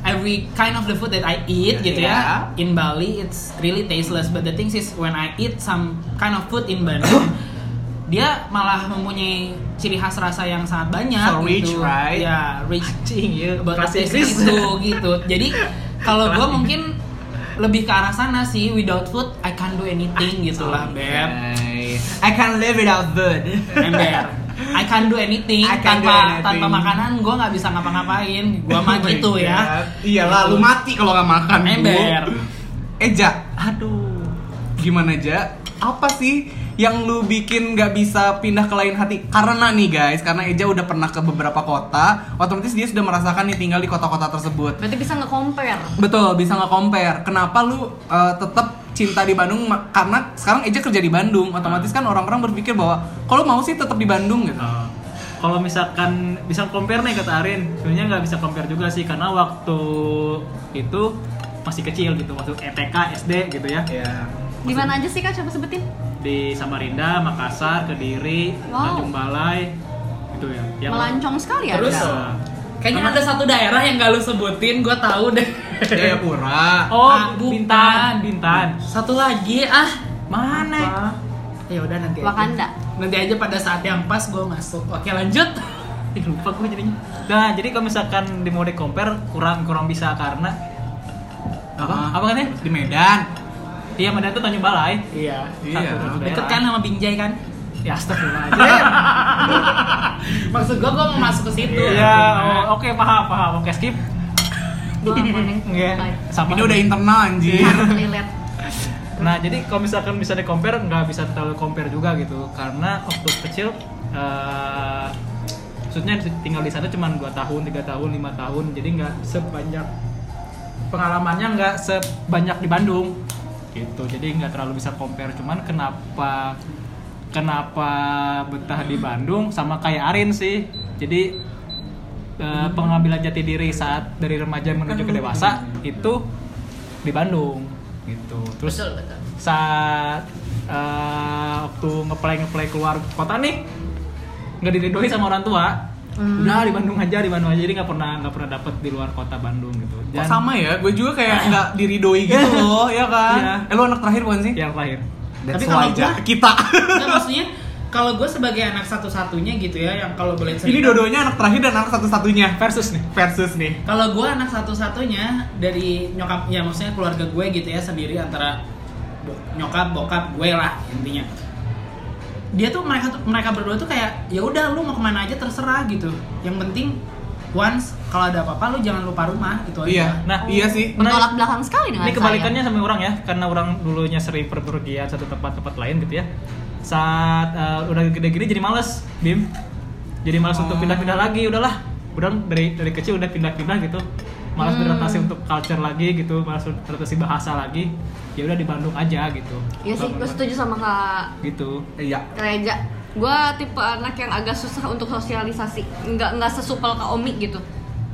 Every kind of the food that I
Iya,
eat gitu
Yeah.
ya in Bali it's really tasteless. But the thing is when I eat some kind of food in Bandung dia malah mempunyai ciri khas rasa yang sangat banyak
So rich,
gitu.
right?
Ya, rich
Cing, ya.
about
Bahasa
taste
Inggris.
itu gitu. Jadi kalau gue mungkin lebih ke arah sana sih without food I can't do anything gitu lah, Beb.
Okay. I can't live without food.
ember I can't do anything
I can't
tanpa
do anything. Oh
tanpa makanan gue nggak bisa ngapa-ngapain gue mah gitu ya
Iya lah, lu mati kalau nggak makan. Bu.
ember
Eja, aduh, gimana aja? Apa sih yang lu bikin nggak bisa pindah ke lain hati? Karena nih guys, karena Eja udah pernah ke beberapa kota, otomatis dia sudah merasakan nih tinggal di kota-kota tersebut.
Berarti bisa nge-compare.
Betul, bisa nggak compare. Kenapa lu uh, tetap cinta di Bandung? Ma- Karena sekarang Eja kerja di Bandung, otomatis kan orang-orang berpikir bahwa kalau mau sih tetap di Bandung gitu.
Uh, kalau misalkan bisa compare nih kata Arin, sebenarnya nggak bisa compare juga sih karena waktu itu masih kecil gitu, waktu ETK, SD gitu ya
Iya.
Di mana aja sih Kak? Coba sebutin.
di Samarinda, Makassar, Kediri,
Wow.
Tanjung Balai, gitu ya. Yang
Melancong sekali ya.
terus
Kak?
kayaknya ada satu daerah yang gak lu sebutin gue tahu deh
Jayapura.
Oh,
Ah,
Bintan, Bintan.
satu lagi ah mana
Apa?
ya udah nanti aja.
Wakanda.
nanti aja pada saat yang pas gue masuk oke lanjut
Ih, lupa gue jadinya. Nah, jadi kalau misalkan di mode compare kurang kurang bisa karena apa?
Apa?
Apa katanya?
Di Medan.
Iya, Medan tuh Tanjung Balai.
iya
Iya.
Satu daerah.
deket kan sama Binjai kan
Ya, astagfirullah aja.
maksud gue gue mau masuk ke situ Nah,
Iya, oh, oke paham, paham. Oke, skip.
Gua konek.
Iya. Sama
Ini udah internal anjir.
Iya. Lilet.
Nah, jadi kalau misalkan bisa di-compare, nggak bisa terlalu compare juga gitu. Karena waktu kecil, eh, maksudnya tinggal di sana cuma 2 tahun, 3 tahun, 5 tahun. Jadi nggak sebanyak, pengalamannya nggak sebanyak di Bandung. Gitu, jadi nggak terlalu bisa compare. Cuman kenapa kenapa betah di Bandung sama kayak Arin sih. Jadi eh, pengambilan jati diri saat dari remaja menuju ke dewasa itu di Bandung gitu. Terus
betul betul
saat eh, waktu ngeplay ngeplay keluar kota nih nggak diridoi sama orang tua
Hmm.
udah di Bandung aja di Bandung aja jadi nggak pernah nggak pernah dapet di luar kota Bandung gitu
Kok sama ya, gue juga kayak nggak diridoi gitu loh, ya kan? Eh,
Iya.
lu anak terakhir bukan sih?
yang terakhir
That's
Tapi kalau
why, Ja.
gua-
kita.
Nggak, maksudnya kalau gue sebagai anak satu-satunya gitu ya yang kalau boleh cerita
Ini dua-duanya anak terakhir dan anak satu-satunya
versus nih
versus nih.
kalau gue anak satu-satunya dari nyokap ya maksudnya keluarga gue gitu ya sendiri antara bo- nyokap bokap gue lah intinya dia tuh mereka tuh- mereka berdua tuh kayak ya udah lu mau kemana aja terserah gitu yang penting once kalau ada apa-apa lu jangan lupa rumah gitu
Iya.
aja
Nah,
iya sih.
Bertolak belakang sekali Oh, dengan
ini
saya.
kebalikannya sama orang ya karena orang dulunya sering perpergian satu tempat tempat lain gitu ya saat eh, udah gede gini jadi males bim jadi males untuk
Oh.
pindah-pindah lagi udahlah udah dari dari kecil udah pindah-pindah gitu malas
Hmm.
beradaptasi untuk culture lagi gitu malas beradaptasi bahasa lagi ya udah di Bandung aja gitu
Iya sih, gue setuju sama Kak
gitu
Iya.
Reja. Gue tipe anak yang agak susah untuk sosialisasi. Nggak nggak sesupel Kak Omi gitu.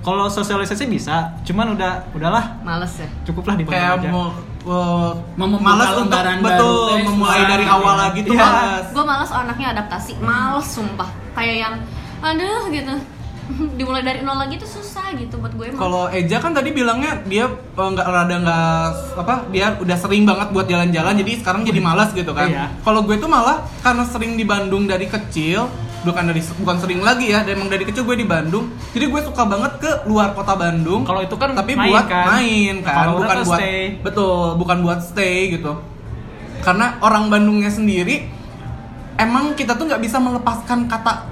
kalau sosialisasi bisa cuman udah udahlah
Males ya.
cukuplah di Bandung
Kayak
aja
mau uh,
Membuka
malas untuk
lembaran baru,
betul
guys,
memulai
susah
dari
gitu
awal
ya.
lagi tuh
Iya.
malas.
Gue males anaknya adaptasi. Males sumpah. Kayak yang aduh gitu. Dimulai dari nol lagi tuh susah gitu buat gue. males.
Kalau Eja kan tadi bilangnya dia eh, nggak rada nggak apa dia udah sering banget buat jalan-jalan jadi sekarang jadi malas gitu kan.
Iya.
Kalau gue tuh malah karena sering di Bandung dari kecil bukan dari bukan sering lagi ya, dan emang dari kecil gue di Bandung. Jadi gue suka banget ke luar kota Bandung.
Kalau itu kan
tapi
main
buat
kan?
main kan,
Kalau orang
bukan
tuh
buat
stay.
betul, bukan buat stay gitu. Karena orang Bandungnya sendiri emang kita tuh nggak bisa melepaskan kata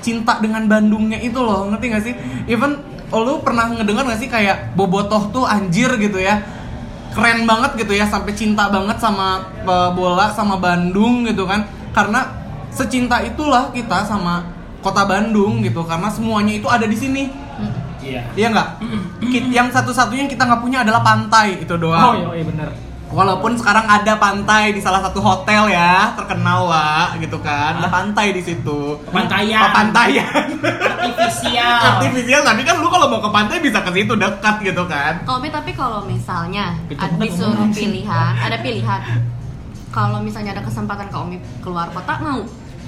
cinta dengan Bandungnya itu loh ngerti gak sih even oh, lu pernah ngedengar gak sih kayak bobotoh tuh anjir gitu ya keren e, banget gitu ya sampai cinta banget sama eh, bola sama Bandung gitu kan karena secinta itulah kita sama kota Bandung gitu karena semuanya itu ada di sini.
Iya.
Iya nggak? Ki- Yang satu-satunya yang kita nggak punya adalah pantai itu
Oh,
doang.
iya, iya bener.
Walaupun sekarang ada pantai di salah satu hotel ya terkenal lah gitu kan. Ada pantai di situ.
Pantaian.
Pantaian.
artifisial
Artifisial tapi kan lu kalau mau ke pantai bisa ke situ dekat gitu kan.
Kalau Mi, tapi kalau misalnya
Itu
ad-
udah
disuruh
ngomong sih.
pilihan, ada pilihan. Kalau misalnya ada kesempatan Kak Omi keluar kota mau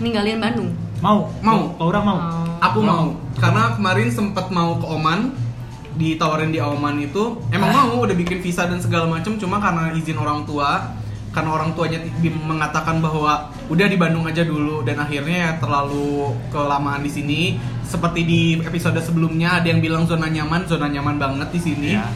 ninggalin Bandung. Oh.
Mau,
Mau.
Kalau orang mau.
Aku mau karena kemarin sempet mau ke Oman ditawarin di Oman itu emang mau udah bikin visa dan segala macem cuma karena izin orang tua karena orang tuanya di- mengatakan bahwa udah di Bandung aja dulu dan akhirnya ya terlalu kelamaan di sini seperti di episode sebelumnya ada yang bilang zona nyaman zona nyaman banget di sini
Iya.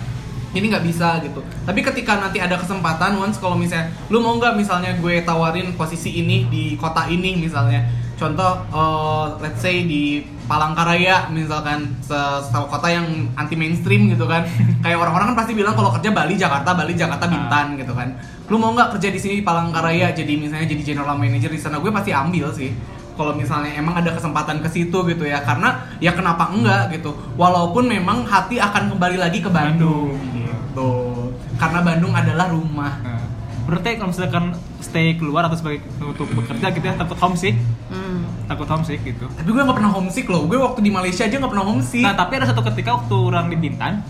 ini nggak bisa gitu tapi ketika nanti ada kesempatan once kalau misalnya lu mau nggak misalnya gue tawarin posisi ini di kota ini misalnya contoh eh, let's say di Palangkaraya misalkan se- satu kota yang anti mainstream gitu kan kayak orang-orang kan pasti bilang kalau kerja Bali Jakarta Bali Jakarta Bintan gitu kan lu mau nggak kerja di sini di Palangkaraya jadi misalnya jadi general manager di sana gue pasti ambil sih kalau misalnya emang ada kesempatan ke situ gitu ya karena ya kenapa enggak gitu walaupun memang hati akan kembali lagi ke Bandung gitu karena Bandung adalah rumah
Nah,
Berarti eh, kalau misalkan stay keluar atau sebagai untuk bekerja gitu ya takut homesick,
Hmm.
takut homesick gitu.
tapi gue nggak pernah homesick loh gue waktu di Malaysia aja nggak pernah homesick
Nah, tapi ada satu ketika waktu orang di Bintan,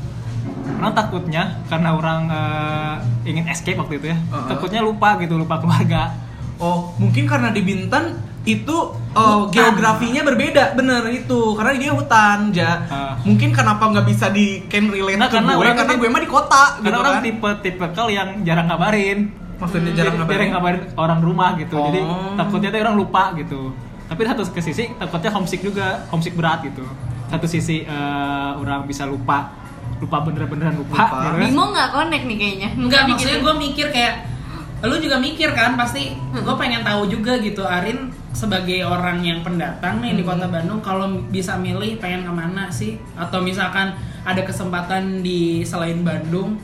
orang takutnya karena orang eh, ingin escape waktu itu ya,
Uh-uh.
takutnya lupa gitu, lupa keluarga.
oh mungkin karena di Bintan itu oh, geografinya berbeda bener itu karena dia hutan ja
Ah.
mungkin kenapa nggak bisa di can relate
Nah,
ke
karena
gue
orang
karena
tipe-
gue mah di kota
Karena
gitu
orang
kan.
tipe tipe yang jarang ngabarin,
maksudnya jarang
Jadi,
ngabarin
orang rumah gitu. Jadi
Oh.
takutnya tuh orang lupa gitu. Tapi satu ke sisi takutnya homesick juga, homesick berat gitu. Satu sisi eh, orang bisa lupa, lupa bener-beneran lupa.
Lupa.
gitu kan.
Bimo nggak connect nih kayaknya.
Enggak,
Tapi
maksudnya
gitu. Hmm.
gue mikir kayak lu juga mikir kan pasti gue pengen tahu juga gitu Arin sebagai orang yang pendatang nih di
Hmm.
kota Bandung kalau bisa milih pengen kemana sih atau misalkan ada kesempatan di selain Bandung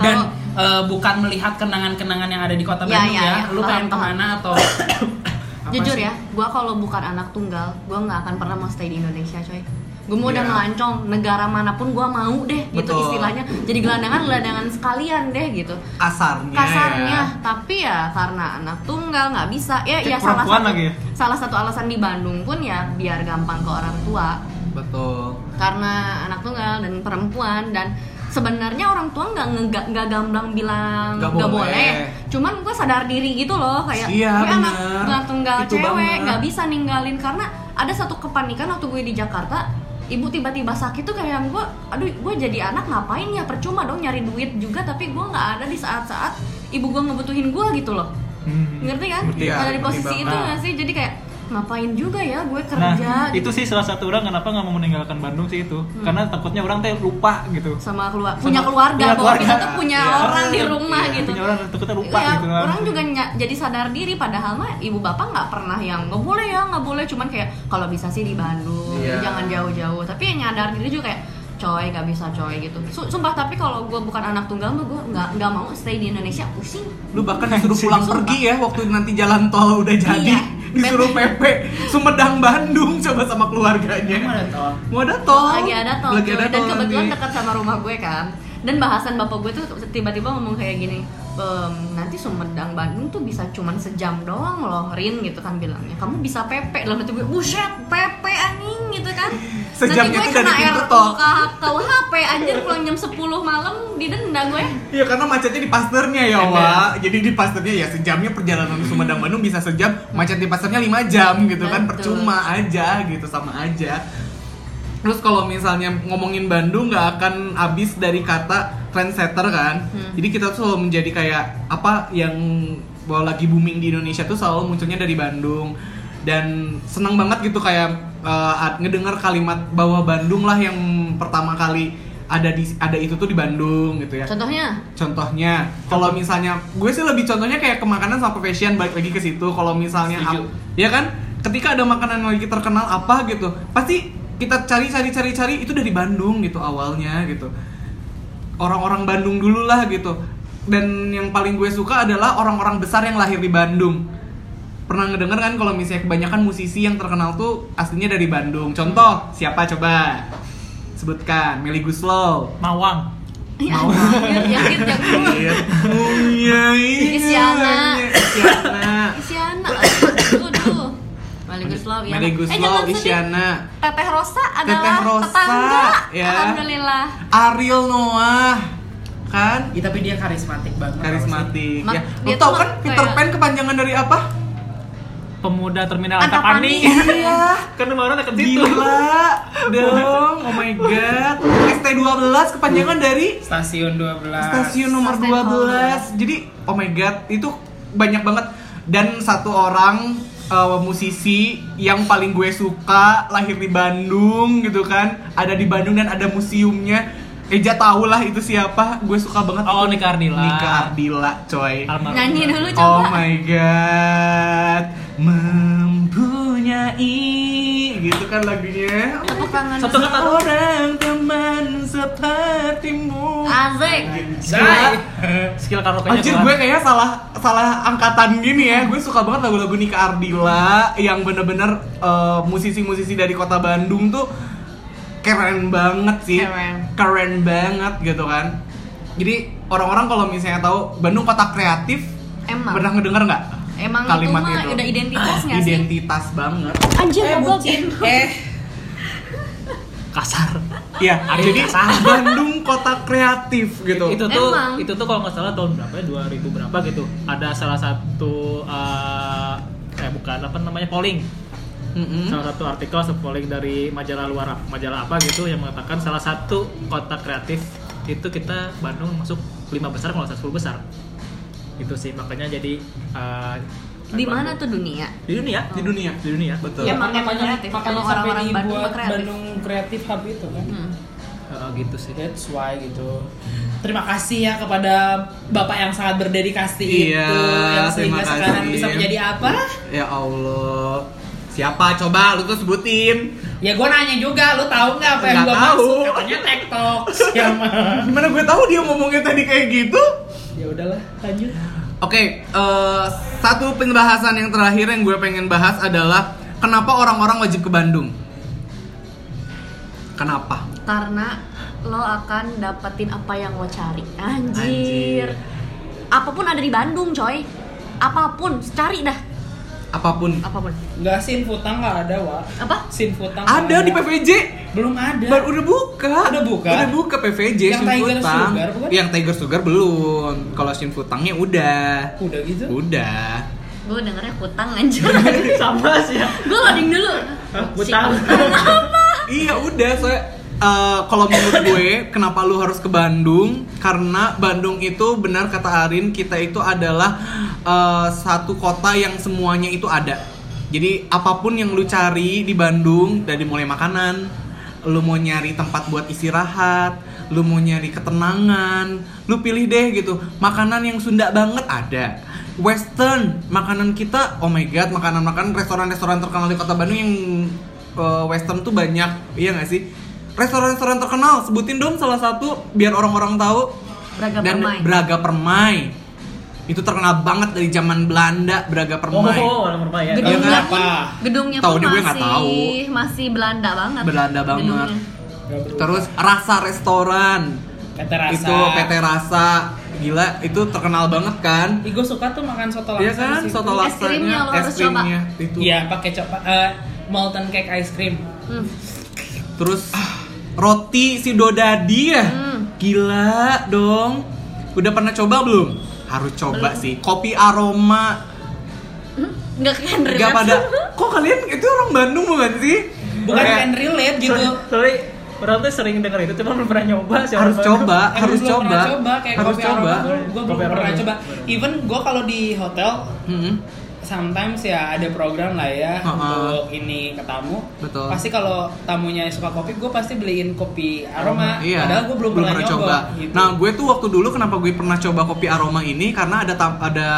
dan eh, bukan melihat kenangan-kenangan yang ada di kota
Ya,
Bandung
ya,
ya,
ya.
lu pengen
Paham, paham.
kemana atau apa
Jujur
sih?
ya, gue kalau bukan anak tunggal, gue nggak akan pernah mau stay di Indonesia, coy. Gue mau udah
Iya.
ngelancong, negara manapun gue mau deh, gitu
Betul.
istilahnya. Jadi gelandangan-gelandangan sekalian deh, gitu.
kasarnya, ya.
Kasarnya, tapi ya karena anak tunggal nggak bisa. Ya,
Cek
ya salah
perempuan
satu,
lagi ya?
salah satu alasan di Bandung pun ya biar gampang ke orang tua,
betul
karena anak tunggal dan perempuan dan sebenarnya orang tua nggak nggak nggak gamblang bilang
Nggak
nggak boleh.
boleh.
cuman gue sadar diri gitu loh kayak
Iya,
gue anak
bener.
anak tunggal
Itu
cewek
banget.
nggak bisa ninggalin karena ada satu kepanikan waktu gue di Jakarta ibu tiba-tiba sakit tuh kayak gue aduh gue jadi anak ngapain ya percuma dong nyari duit juga tapi gue nggak ada di saat-saat ibu gue ngebutuhin gue gitu loh
Hmm.
ngerti kan
Ngerti, ya.
ada di posisi itu
Ngerti
banget.
nggak sih jadi kayak ngapain juga ya gue
Nah,
kerja gitu.
itu sih salah satu orang kenapa nggak mau meninggalkan Bandung sih itu.
Hmm.
Karena takutnya orang teh lupa gitu.
sama keluar
Sama-
punya keluarga
punya
bahwa kita
keluarga.
tuh punya
Iya.
orang di rumah
Iya,
gitu
Punya orang takutnya lupa
Ya,
gitu. kan.
orang juga ny- jadi sadar diri padahal mah ibu bapak nggak pernah yang nggak boleh ya nggak boleh cuman kayak kalau bisa sih di Bandung
Iya.
jangan jauh-jauh tapi yang nyadar diri juga kayak coy nggak bisa coy gitu Su- sumpah tapi kalau gue bukan anak tunggal mah gue nggak nggak mau stay di Indonesia pusing
lu bahkan disuruh pulang
Sumpah.
pergi ya waktu nanti jalan tol udah jadi
Iya.
disuruh PP Sumedang Bandung coba sama
Emang
keluarganya
ada tol?
mau ada tol
lagi ada tol
Oh, lagi
cuy.
ada
dan
tol
kebetulan
nanti.
dekat sama rumah gue kan dan bahasan bapak gue tuh tiba-tiba ngomong kayak gini "Em, nanti Sumedang Bandung tuh bisa cuman sejam doang loh Rin gitu kan bilangnya kamu bisa PP dalam hati gue buset PP anjing gitu kan
Sejam
nanti gue
itu
kena
dari pintu
RU
tol.
ke KUHP anjir pulang jam 10 malam didenda gue
Iya karena macetnya di pasternya ya Wa Jadi di pasternya ya sejamnya perjalanan Sumedang Bandung bisa sejam Macet di pasternya 5 jam gitu kan
Betul.
Percuma aja gitu sama aja Terus kalau misalnya ngomongin Bandung nggak akan habis dari kata trendsetter kan
Hmm.
Jadi kita tuh selalu menjadi kayak apa yang bahwa lagi booming di Indonesia tuh selalu munculnya dari Bandung Dan senang banget gitu kayak eh, at- ngedengar kalimat bahwa Bandung lah yang pertama kali ada di ada itu tuh di Bandung gitu ya
contohnya
Contohnya, kalau misalnya gue sih lebih contohnya kayak ke makanan sama ke fashion balik lagi ke situ. Kalau misalnya
Setuju.
ap- ya kan, ketika ada makanan lagi terkenal apa gitu, pasti kita cari cari cari cari itu dari Bandung gitu awalnya gitu. Orang-orang Bandung dulu lah gitu. Dan yang paling gue suka adalah orang-orang besar yang lahir di Bandung. pernah ngedenger kan kalau misalnya kebanyakan musisi yang terkenal tuh aslinya dari Bandung. Contoh, siapa coba? Sebutkan, Melly Guslow.
Mawang.
Iya, anjir, gitu, yakin
Iya.
yakin. Isyana.
Isyana.
Isyana, aduh, aduh. Meli Guslow, Isyana.
Melly
Eh, jangan
Guslow,
sedih.
Isyana.
Teteh Rosa adalah
Teteh Rosa,
tetangga.
ya.
Alhamdulillah.
Ariel Noah. Kan?
Ya, tapi dia karismatik banget.
Karismatik.
Mak-
Ya. Lo
dia
tau
tuh
kan
kayak-
Peter Pan kepanjangan dari apa?
Pemuda terminal
Antapani.
Antapani.
Iya.
kan kemarin deket situ.
Gila dong, oh my god. ST12 kepanjangan dari
Stasiun 12.
stasiun nomor
Stasiun
12. Jadi oh my god, itu banyak banget dan satu orang uh, musisi yang paling gue suka lahir di Bandung gitu kan. Ada di Bandung dan ada museumnya. Eja tau lah itu siapa. Gue suka banget
Oh, Nika Ardila.
Nika Ardila, coy.
Almarhum.
Nyanyi dulu coba.
Oh my god, mempunyai gitu kan lagunya.
Tepuk tangan.
Satu kata doang.
Orang teman sepertimu.
Asik.
Dai.
Skill karaoke
Anjir gue kayaknya salah salah angkatan gini ya. Gue suka banget lagu-lagu Nika Ardila yang bener-bener eh, musisi-musisi dari kota Bandung tuh keren banget sih.
Keren.
Keren banget gitu kan. Jadi orang-orang kalau misalnya tahu Bandung kota kreatif,
Emang.
pernah ngedenger nggak?
Emang
kalimat
itu mah
itu.
udah identitas nggak sih?
identitas banget.
Anjir,
Eh,
goblok.
bucin. Eh,
kasar.
Iya,
Ada
jadi
yang salah.
Bandung kota kreatif gitu.
itu tuh
Emang.
itu tuh kalau nggak salah tahun berapa ya 2000 berapa gitu ada salah satu eh eh bukan apa namanya polling
Mm-mm.
salah satu artikel se- polling dari majalah luar ap- majalah apa gitu yang mengatakan salah satu kota kreatif itu kita Bandung masuk lima besar kalau nggak salah 10 besar itu sih makanya jadi eh,
Di mana
Bandung-
tuh dunia?
di dunia
Di dunia.
di dunia
Betul.
Ya,
ya
makanya
makanya
kreatif.
makanya
Emang
sampai
orang-orang Bandung
dibuat
mah kreatif.
Bandung Kreatif Hub itu kan.
Hmm.
Eh, gitu sih
That's why gitu. Terima kasih ya kepada bapak yang sangat berdedikasi
Iya,
itu yang
terima
sehingga
kasih.
sekarang bisa menjadi apa?
Ya Allah. Siapa coba lu tuh sebutin?
Ya gue nanya juga, lu tahu nggak apa yang
Nggak
gue
tahu.
maksud? Katanya TikTok Ya, siapa?
Gimana gue tahu dia ngomongnya tadi kayak gitu?
ya udahlah, lanjut.
Oke, eh, satu pembahasan yang terakhir yang gue pengen bahas adalah kenapa orang-orang wajib ke Bandung? Kenapa?
Karena lo akan dapetin apa yang lo cari. Anjir. Apapun ada di Bandung, coy. Apapun, cari dah.
Apapun.
Apapun.
Enggak sin futang nggak ada, Wak.
Apa?
Sin futang nggak
Ada di PVJ.
Belum ada.
Baru udah buka.
Udah buka?
Udah buka PVJ
Yang
Shin
Tiger
Futang.
Sugar bukan?
Yang Tiger Sugar belum. Kalau Shin Futangnya udah.
Udah gitu.
Udah.
Gue dengernya hutang anjir.
sama sih ya
Gue loading dulu.
Hah,
Si
hutang.
Iya udah soalnya eh, kalau menurut gue kenapa lu harus ke Bandung karena Bandung itu benar kata Arin kita itu adalah eh, satu kota yang semuanya itu ada jadi apapun yang lu cari di Bandung dari mulai makanan lu mau nyari tempat buat istirahat lu mau nyari ketenangan lu pilih deh gitu makanan yang Sunda banget ada Western, makanan kita, oh my god, makanan-makanan restoran-restoran terkenal di kota Bandung yang eh, Western tuh banyak, iya nggak sih? Restoran-restoran terkenal, sebutin dong salah satu biar orang-orang tahu.
Braga
Dan
Permai.
Braga Permai. Itu terkenal banget dari zaman Belanda, Braga Permai.
oh orang bermain ya
Gedung.
Gedungnya
Tahu
pun,
kenapa?
gedungnya
iya, Tahu
pun
nih, gue nggak
masih
tahu.
masih Belanda banget.
Belanda banget.
Gedungnya.
Nggak berubah.
Terus Rasa Restoran.
PT Rasa.
Itu PT Rasa. Gila, itu terkenal banget kan?
Ih, gua suka tuh makan soto laksa.
Iya kan?
di situ.
Soto
Es krimnya
laksanya,
lo
es
harus coba.
krimnya itu.
Iya, pakai coklat eh, molten cake ice cream.
Hmm.
Terus roti si Dodadi ya.
Hmm.
Gila dong. Udah pernah coba belum? Harus coba sih. Kopi aroma.
Hmm? Nggak keren
Gak pada. Kok kalian itu orang Bandung bukan sih?
Bukan
Kayak,
kan relate gitu.
Sorry, sorry, orang tuh sering denger itu, cuma belum pernah nyoba sih.
harus
orang baru.
coba,
Emang
harus
belum
coba.
pernah coba kayak
harus
kopi
coba.
Gue
Kopi
belum
aroma
pernah
belum.
coba. Even gue kalau di hotel
Mm-mm.
sometimes ya ada program lah ya
Ha-ha.
untuk ini ke tamu.
Betul.
Pasti kalau tamunya suka kopi, gue pasti beliin kopi aroma.
Iya.
Padahal gue belum, pernah, coba. gitu.
Nah, gue tuh waktu dulu kenapa gue pernah coba kopi aroma ini karena ada tam- ada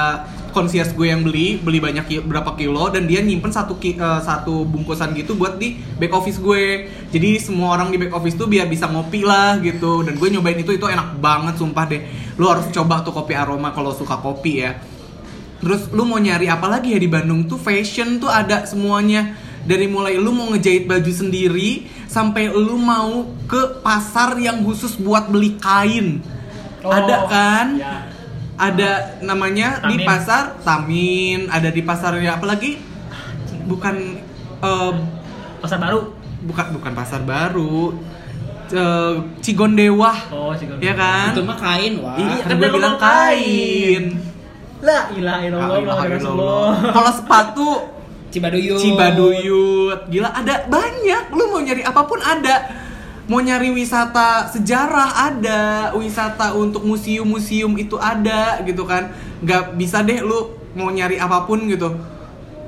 concierge gue yang beli, beli banyak ki- berapa kilo dan dia nyimpen satu ki- eh, satu bungkusan gitu buat di back office gue. Jadi semua orang di back office tuh biar bisa ngopi lah gitu. Dan gue nyobain itu itu enak banget sumpah deh. Lu harus coba tuh kopi aroma kalau suka kopi ya. Terus lu mau nyari apa lagi ya di Bandung tuh fashion tuh ada semuanya. Dari mulai lu mau ngejahit baju sendiri sampai lu mau ke pasar yang khusus buat beli kain.
Oh,
ada kan?
ya.
Ada namanya di
Tamin.
pasar Tamin, ada di pasar ya apalagi bukan eh,
pasar baru
bukan bukan pasar baru. Eh, Cigondewah.
oh sih
Ya kan?
Itu Ah, mah kain, wah.
Iya, kan
kan
gue
lu
bilang
mau kain. Ya
kain.
la ilaha illallah
Kain,
Muhammad
kain,
Rasulullah
kain. Kalau sepatu
Cibaduyut.
Cibaduyut, gila ada banyak. Lu mau nyari apapun ada. Mau nyari wisata sejarah ada, wisata untuk museum-museum itu ada gitu kan. Gak bisa deh lu mau nyari apapun gitu.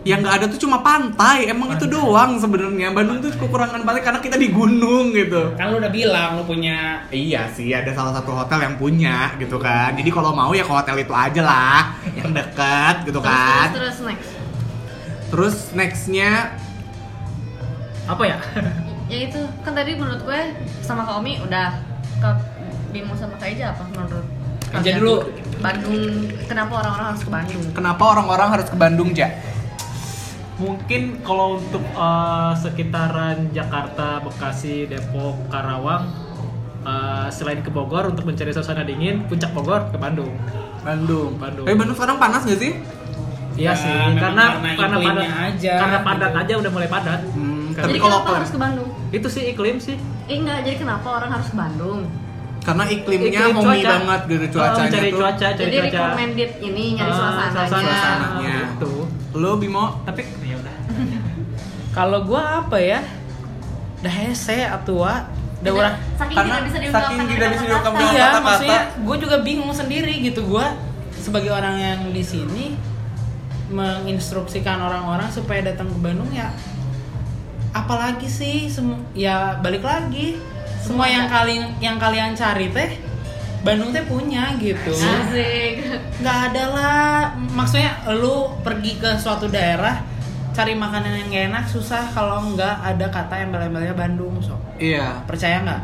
Yang nggak ada tuh cuma pantai, emang itu doang sebenarnya. Bandung tuh kekurangan pantai karena kita di gunung gitu.
Kan lu udah bilang lu punya
Iya sih, ada salah satu hotel yang punya gitu kan. Jadi kalau mau ya ke hotel itu aja lah, yang dekat gitu
Terus, terus,
kan.
terus next.
Terus nextnya
apa ya
Ya itu kan tadi menurut gue sama Kak Omi udah ke Bimo sama Kak Eja apa menurut?
Eja
kalian?
dulu.
Bandung, kenapa orang-orang harus ke Bandung?
kenapa orang-orang harus ke Bandung ja?
mungkin kalau untuk eh, sekitaran Jakarta, Bekasi, Depok, Karawang, eh, selain ke Bogor untuk mencari suasana dingin, puncak Bogor ke Bandung.
Bandung,
Bandung.
Tapi Bandung sekarang panas gak sih?
Ya,
Iya sih,
memang
karena
karena
karena
iklimnya
padat
aja,
karena padat
gitu.
aja udah mulai padat.
Hmm,
Karena-
tapi
Jadi
kalau
kenapa
apa-
harus ke Bandung?
itu sih iklim sih.
Eh enggak, jadi kenapa orang harus ke Bandung?
Karena iklimnya homey banget gitu
Oh,
cuacanya
mencari
tuh.
cuaca, cari
Jadi
cuaca.
recommended ini nyari
Ah,
suasananya.
Suasananya.
Gitu.
Lo Bimo
Tapi ya udah.
Kalau gua apa ya? Dah hese atua. Dah orang
saking
Karena
tidak bisa diungkapkan
saking
dengan
tidak bisa
kata-kata.
diungkapkan.
iya
kata-kata.
maksudnya gue juga bingung sendiri gitu gue sebagai orang yang di sini menginstruksikan orang-orang supaya datang ke Bandung ya apalagi sih semu- ya balik lagi semua yang kalian yang kalian cari teh Bandung teh punya gitu
Asik.
Iya.
nggak ada lah maksudnya lu pergi ke suatu daerah cari makanan yang gak enak susah kalau nggak ada kata embel-embelnya Bandung so
Iya.
percaya nggak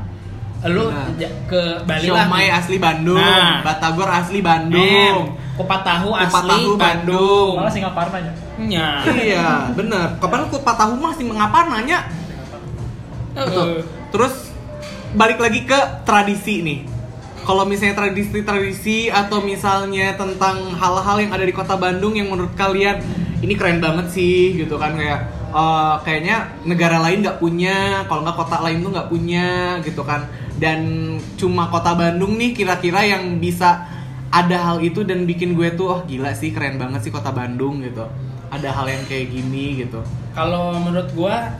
lu
Benar.
ja- ke Bali lah gitu.
Siomay asli Bandung,
Nah.
Batagor asli
Bandung.
Bandung.
Kupat tahu
Kupat
asli
tahu
Bandung.
Malah single parna ya.
Nya.
iya, bener. Kapan kupat tahu masih mengapa nanya? Betul. Terus balik lagi ke tradisi nih. Kalau misalnya tradisi-tradisi atau misalnya tentang hal-hal yang ada di kota Bandung yang menurut kalian ini keren banget sih gitu kan kayak eh, kayaknya negara lain nggak punya, kalau nggak kota lain tuh nggak punya gitu kan. Dan cuma kota Bandung nih kira-kira yang bisa ada hal itu dan bikin gue tuh oh gila sih keren banget sih kota Bandung gitu. Ada hal yang kayak gini gitu.
Kalau menurut gua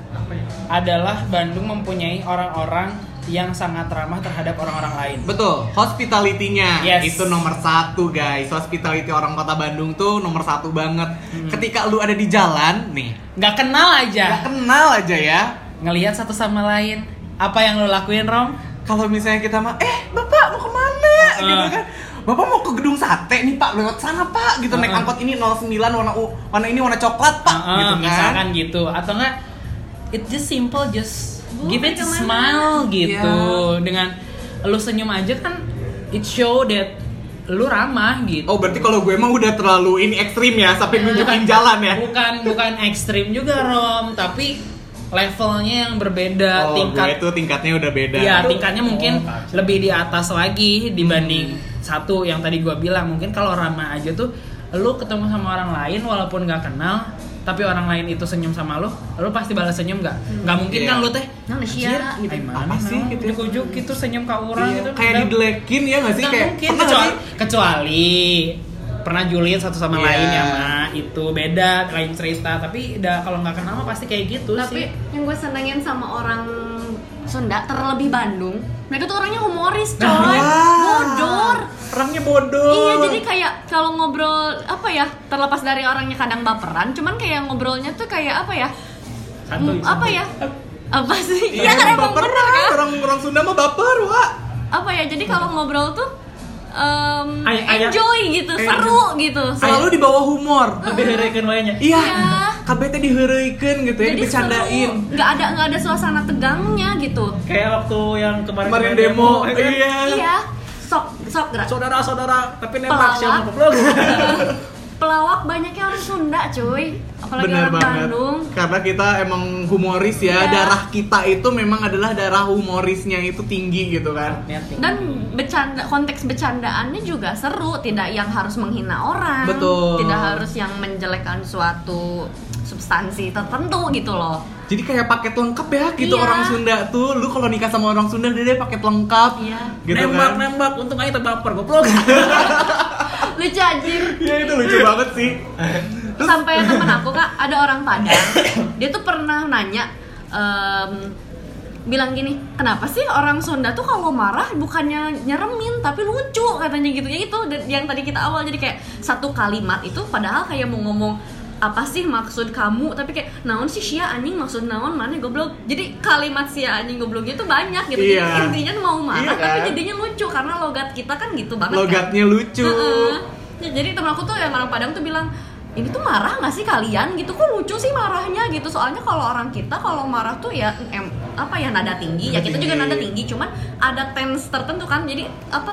adalah Bandung mempunyai orang-orang yang sangat ramah terhadap orang-orang lain.
Betul, hospitality-nya
Yes.
itu nomor satu guys. Hospitality orang kota Bandung tuh nomor satu banget.
Hmm.
Ketika lu ada di jalan nih,
Nggak kenal
nggak
aja.
kenal aja ya.
Ngelihat satu sama lain. Apa yang lo lakuin, Rom?
Kalau misalnya kita mah, eh bapak mau kemana? Gitu
Ah.
kan. Bapak mau ke gedung sate nih pak, lewat sana pak. Gitu naik
Ah.
angkot ini 09 warna u, warna ini warna coklat pak.
Heeh,
gitu kan.
misalkan gitu atau enggak it just simple just
Bu,
give it a
kemana?
smile gitu
Iya.
dengan lu senyum aja kan it show that lu ramah gitu.
Oh berarti kalau gue mah udah terlalu ini ekstrim ya, sampai nunjukin jalan ya.
bukan bukan ekstrim juga rom tapi levelnya yang berbeda
Oh,
tingkat
gue tuh tingkatnya udah beda.
ya tingkatnya mungkin
Oh, kacau.
lebih di atas lagi dibanding
Hmm.
satu yang tadi gua bilang mungkin kalau ramah aja tuh lu ketemu sama orang lain walaupun nggak kenal tapi orang lain itu senyum sama lu lu pasti balas senyum nggak nggak mungkin
Iya.
kan lu teh
Malaysia
"Anjir,
gitu.
ay, mana
Apa sih?"
mana,
gitu.
ujuk-ujuk gitu senyum ke orang
Iya,
gitu
kayak
udah-
didelekin ya nggak sih?
Nggak
kayak
mungkin
pernah nggak
kecuali,
sih?
kecuali pernah julid satu sama
Iya.
lain ya ma itu beda lain cerita tapi udah kalau nggak kenal mah pasti kayak gitu
Tapi
sih
yang gue senengin sama orang Sunda terlebih Bandung, mereka tuh orangnya humoris, coy.
Wah.
Bodor.
orangnya bodoh
Iya, jadi kayak kalau ngobrol apa ya, terlepas dari orangnya kadang baperan, cuman kayak ngobrolnya tuh kayak apa ya? Hmm,
Santuy,
apa
santuy.
ya? Apa sih?
Iya,
Iya, kan emang
baper
bener kan?
Orang orang Sunda mah baper, Wak.
Apa ya? Jadi kalau ngobrol tuh em,
Ay- ayah-
enjoy gitu,
Eh,
seru gitu.
Selalu di bawah humor.
Lebih heureukeun wae nya.
Iya,
Iya.
kabeh teh dihereukeun gitu ya,
Jadi
dibecandain.
seru. Nggak ada nggak ada suasana tegangnya gitu.
Kayak waktu yang kemarin
Kemarin demo,
ya kan?
iya.
Iya, sok sok gerak.
Saudara-saudara, tapi
Pelawak.
nembak siapa goblok.
pelawak banyaknya orang Sunda cuy apalagi
Bener
orang
banget.
Bandung
Karena kita emang humoris ya.
Iya.
Darah kita itu memang adalah darah humorisnya itu tinggi gitu kan.
dan bercanda konteks bercandaannya juga seru tidak yang harus menghina orang
Betul.
tidak harus yang menjelekkan suatu substansi tertentu gitu loh
Jadi kayak paket lengkap ya gitu
Iya.
orang Sunda tuh. Lu kalau nikah sama orang Sunda udah deh paket lengkap.
Iya.
Gitu kan.
nembak nembak untuk aja terbakar goblok
lucu anjir
Iya itu lucu banget sih.
sampai temen aku kak ada orang Padang dia tuh pernah nanya em, bilang gini kenapa sih orang Sunda tuh kalau marah bukannya nyeremin tapi lucu katanya gitu ya itu dan- yang tadi kita awal jadi kayak satu kalimat itu padahal kayak mau ngomong apa sih maksud kamu tapi kayak naon sih sia anjing maksud naon mana goblok jadi kalimat sia anjing gobloknya tuh banyak gitu Jadi
Iya.
intinya mau marah
Iya
tapi
kan?
jadinya lucu karena logat kita kan gitu banget kan.
Logatnya lucu.
Heeh. Ya, jadi temen aku tuh yang orang Padang tuh bilang ini tuh marah nggak sih kalian gitu kok lucu sih marahnya gitu soalnya kalau orang kita kalau marah tuh ya em, apa ya nada tinggi ya
Nada
kita juga
tinggi.
nada tinggi cuman ada tense tertentu kan jadi apa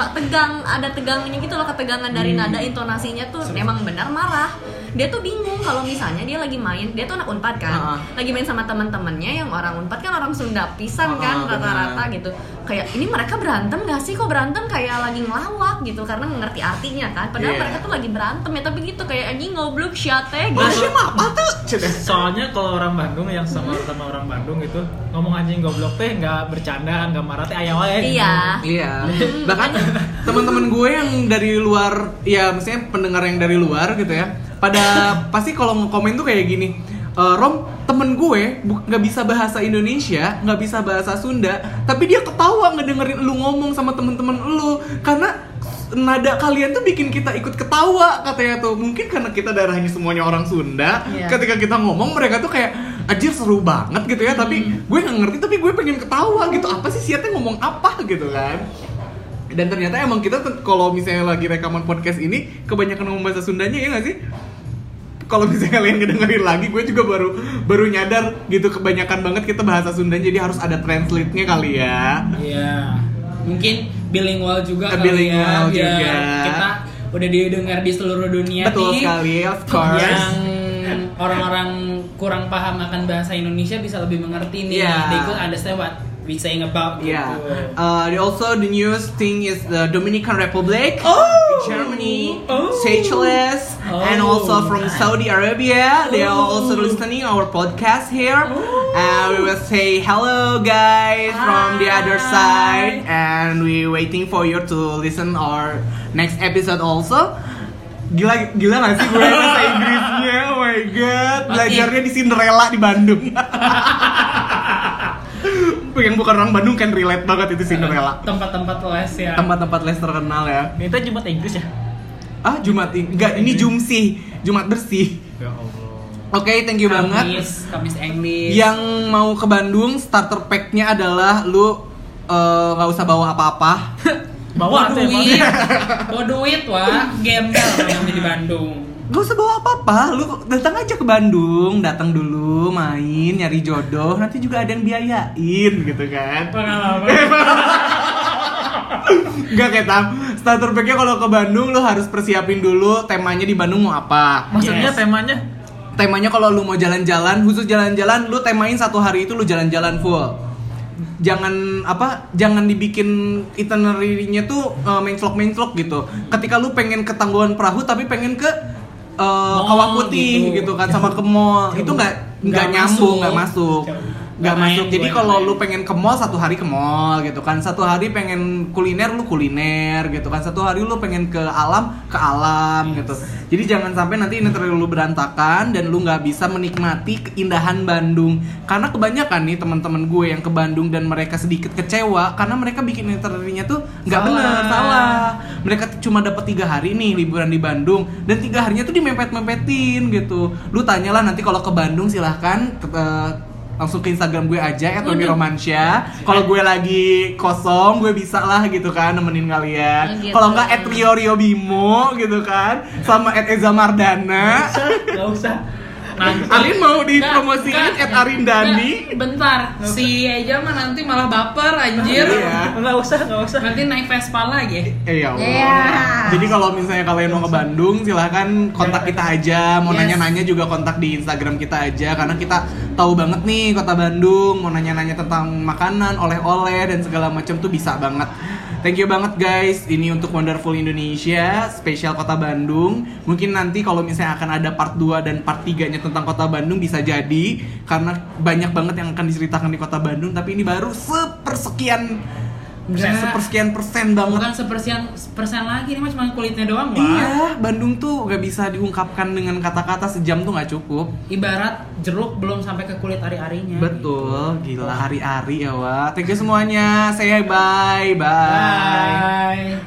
ba- tegang ada tegangnya gitu loh ketegangan dari
Hmm.
nada intonasinya tuh memang benar marah dia tuh bingung kalau misalnya dia lagi main dia tuh anak unpad kan
Ah.
lagi main sama teman-temannya yang orang unpad kan orang Sunda pisan
Ah,
kan
benar.
rata-rata gitu kayak ini mereka berantem gak sih kok berantem kayak lagi ngelawak gitu karena mengerti artinya kan padahal
Iya.
mereka tuh lagi berantem ya tapi gitu kayak anjing ngoblok syate
Nah,
gitu
siapa apa tuh? Cina.
Soalnya kalau orang Bandung yang sama
Hmm.
sama orang Bandung itu ngomong anjing goblok teh nggak bercanda, nggak marah teh ayam aja.
iya
Iya. Bahkan teman-teman gue yang dari luar, ya maksudnya pendengar yang dari luar gitu ya, pada pasti kalau ngekomen tuh kayak gini. "Eh, Rom, temen gue bu- nggak bisa bahasa Indonesia, nggak bisa bahasa Sunda, tapi dia ketawa ngedengerin lu ngomong sama temen-temen lu karena nada kalian tuh bikin kita ikut ketawa katanya tuh mungkin karena kita darahnya semuanya orang Sunda
Iya.
ketika kita ngomong mereka tuh kayak anjir seru banget gitu ya tapi gue nggak ngerti tapi gue pengen ketawa gitu apa sih siatnya ngomong apa gitu kan dan ternyata emang kita tuh kalau misalnya lagi rekaman podcast ini kebanyakan ngomong bahasa Sundanya ya nggak sih kalau misalnya kalian ngedengerin lagi gue juga baru baru nyadar gitu kebanyakan banget kita bahasa Sunda jadi harus ada translate-nya kali ya
Iya. Mungkin bilingual juga
Eh,
kali
bilingual
ya, biar
juga.
Kita udah didengar di seluruh dunia
betul
nih.
sekali of course
Iya, Yang orang-orang kurang paham akan bahasa Indonesia bisa lebih mengerti nih.
Iya.
They could understand what we saying about. gitu.
Yeah. Uh, the- also, the newest thing is the Dominican Republic, Germany,
Oh.
Seychelles, and
Oh.
also from Saudi Arabia. They are also
Oh.
listening our podcast here. And we will say hello, guys, from the other side. And we waiting for you to listen our next episode also. Gila, gila gak sih gue bahasa Inggrisnya? Oh my god, belajarnya di Cinderella di Bandung. Yang bukan orang Bandung kan relate banget itu Cinderella.
Tempat-tempat les ya.
Tempat-tempat les terkenal ya.
Ini teh Jumat Inggris ya?
Ah, Jumat ini. Enggak, ini Jumsih. Jumat bersih.
Ya Allah.
Oke, thank you banget. Iya.
Kamis, Kamis English.
Yang mau ke Bandung, starter pack-nya adalah lu eh, nggak usah bawa apa-apa.
Bawa
bawa
teh, Bang.
iya.
duit, bawa duit wah, gembel namanya di Bandung.
Gak usah bawa apa-apa, lu datang aja ke Bandung, datang dulu, main, nyari jodoh, nanti juga ada yang biayain gitu kan.
Pengalaman.
Gak kayak tam, starter pack-nya kalau ke Bandung lu harus persiapin dulu temanya di Bandung mau apa.
Maksudnya temanya
temanya kalau lu mau jalan-jalan khusus jalan-jalan lu temain satu hari itu lu jalan-jalan full jangan apa jangan dibikin itinerary-nya tuh uh, menclok-menclok gitu ketika lu pengen ke Tangguhan Perahu tapi pengen ke uh, Kawah Putih gitu.
gitu.
kan sama ke mall itu nggak nggak
Nggak
nyambung
masuk.
nggak masuk nggak
Nggak main,
masuk jadi
nggak
kalau
main.
lu pengen ke mall satu hari ke mall gitu kan satu hari pengen kuliner lu kuliner gitu kan satu hari lu pengen ke alam ke alam gitu jadi jangan sampai nanti ini terlalu berantakan dan lu nggak bisa menikmati keindahan Bandung karena kebanyakan nih teman-teman gue yang ke Bandung dan mereka sedikit kecewa karena mereka bikin itinerary-nya tuh nggak
Salah.
benar salah mereka tuh cuma dapat tiga hari nih liburan di Bandung dan tiga harinya tuh dimepet-mepetin gitu lu tanyalah nanti kalau ke Bandung silahkan ke- eh, langsung ke Instagram gue aja atau kalau gue lagi kosong gue bisa lah gitu kan nemenin kalian
Oh, gitu.
kalau nggak at Rio Rio Bimo gitu kan sama at Eza Mardana
Nggak usah.
Nanti-
Arin mau
Nggak,
dipromosiin
nggak,
at Arindani.
nggak, Bentar, si Eja mah nanti malah baper anjir.
Iya.
Nggak usah, nggak usah.
Nanti naik Vespa lagi.
Eh, ya Allah.
Iya.
Jadi kalau misalnya kalian mau ke Bandung, silahkan kontak kita aja. Mau
Yes.
nanya-nanya juga kontak di Instagram kita aja, karena kita tahu banget nih kota Bandung. Mau nanya-nanya tentang makanan, oleh-oleh dan segala macam tuh bisa banget. Thank you banget guys. Ini untuk Wonderful Indonesia, spesial Kota Bandung. Mungkin nanti kalau misalnya akan ada part 2 dan part 3-nya tentang Kota Bandung bisa jadi karena banyak banget yang akan diceritakan di Kota Bandung, tapi ini baru sepersekian
Enggak.
sepersekian persen banget
Bukan sepersen persen lagi, ini mah cuma kulitnya doang, Wak.
Iya, Bandung tuh gak bisa diungkapkan dengan kata-kata sejam tuh gak cukup.
Ibarat jeruk belum sampai ke kulit ari-arinya.
Betul, gila hari-hari ya Wak. Thank you semuanya, saya bye, bye.
Bye.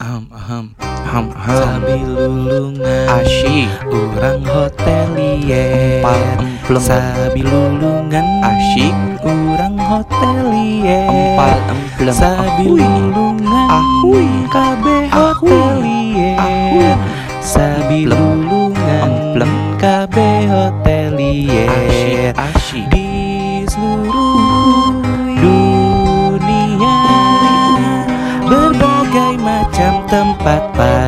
Aham, aham, aham, aham. Sabi lulungan, asyik. Orang hotelier, empal emplem. Sabi lulungan, asyik. Orang hotelier, empal emplem. Sabi lulungan, ahui. Kabe hotelier, ahui. Sabi lulungan, emplem. Kabe hotelier, asyik, asyik. Di seluruh dunia berbagai macam tempat para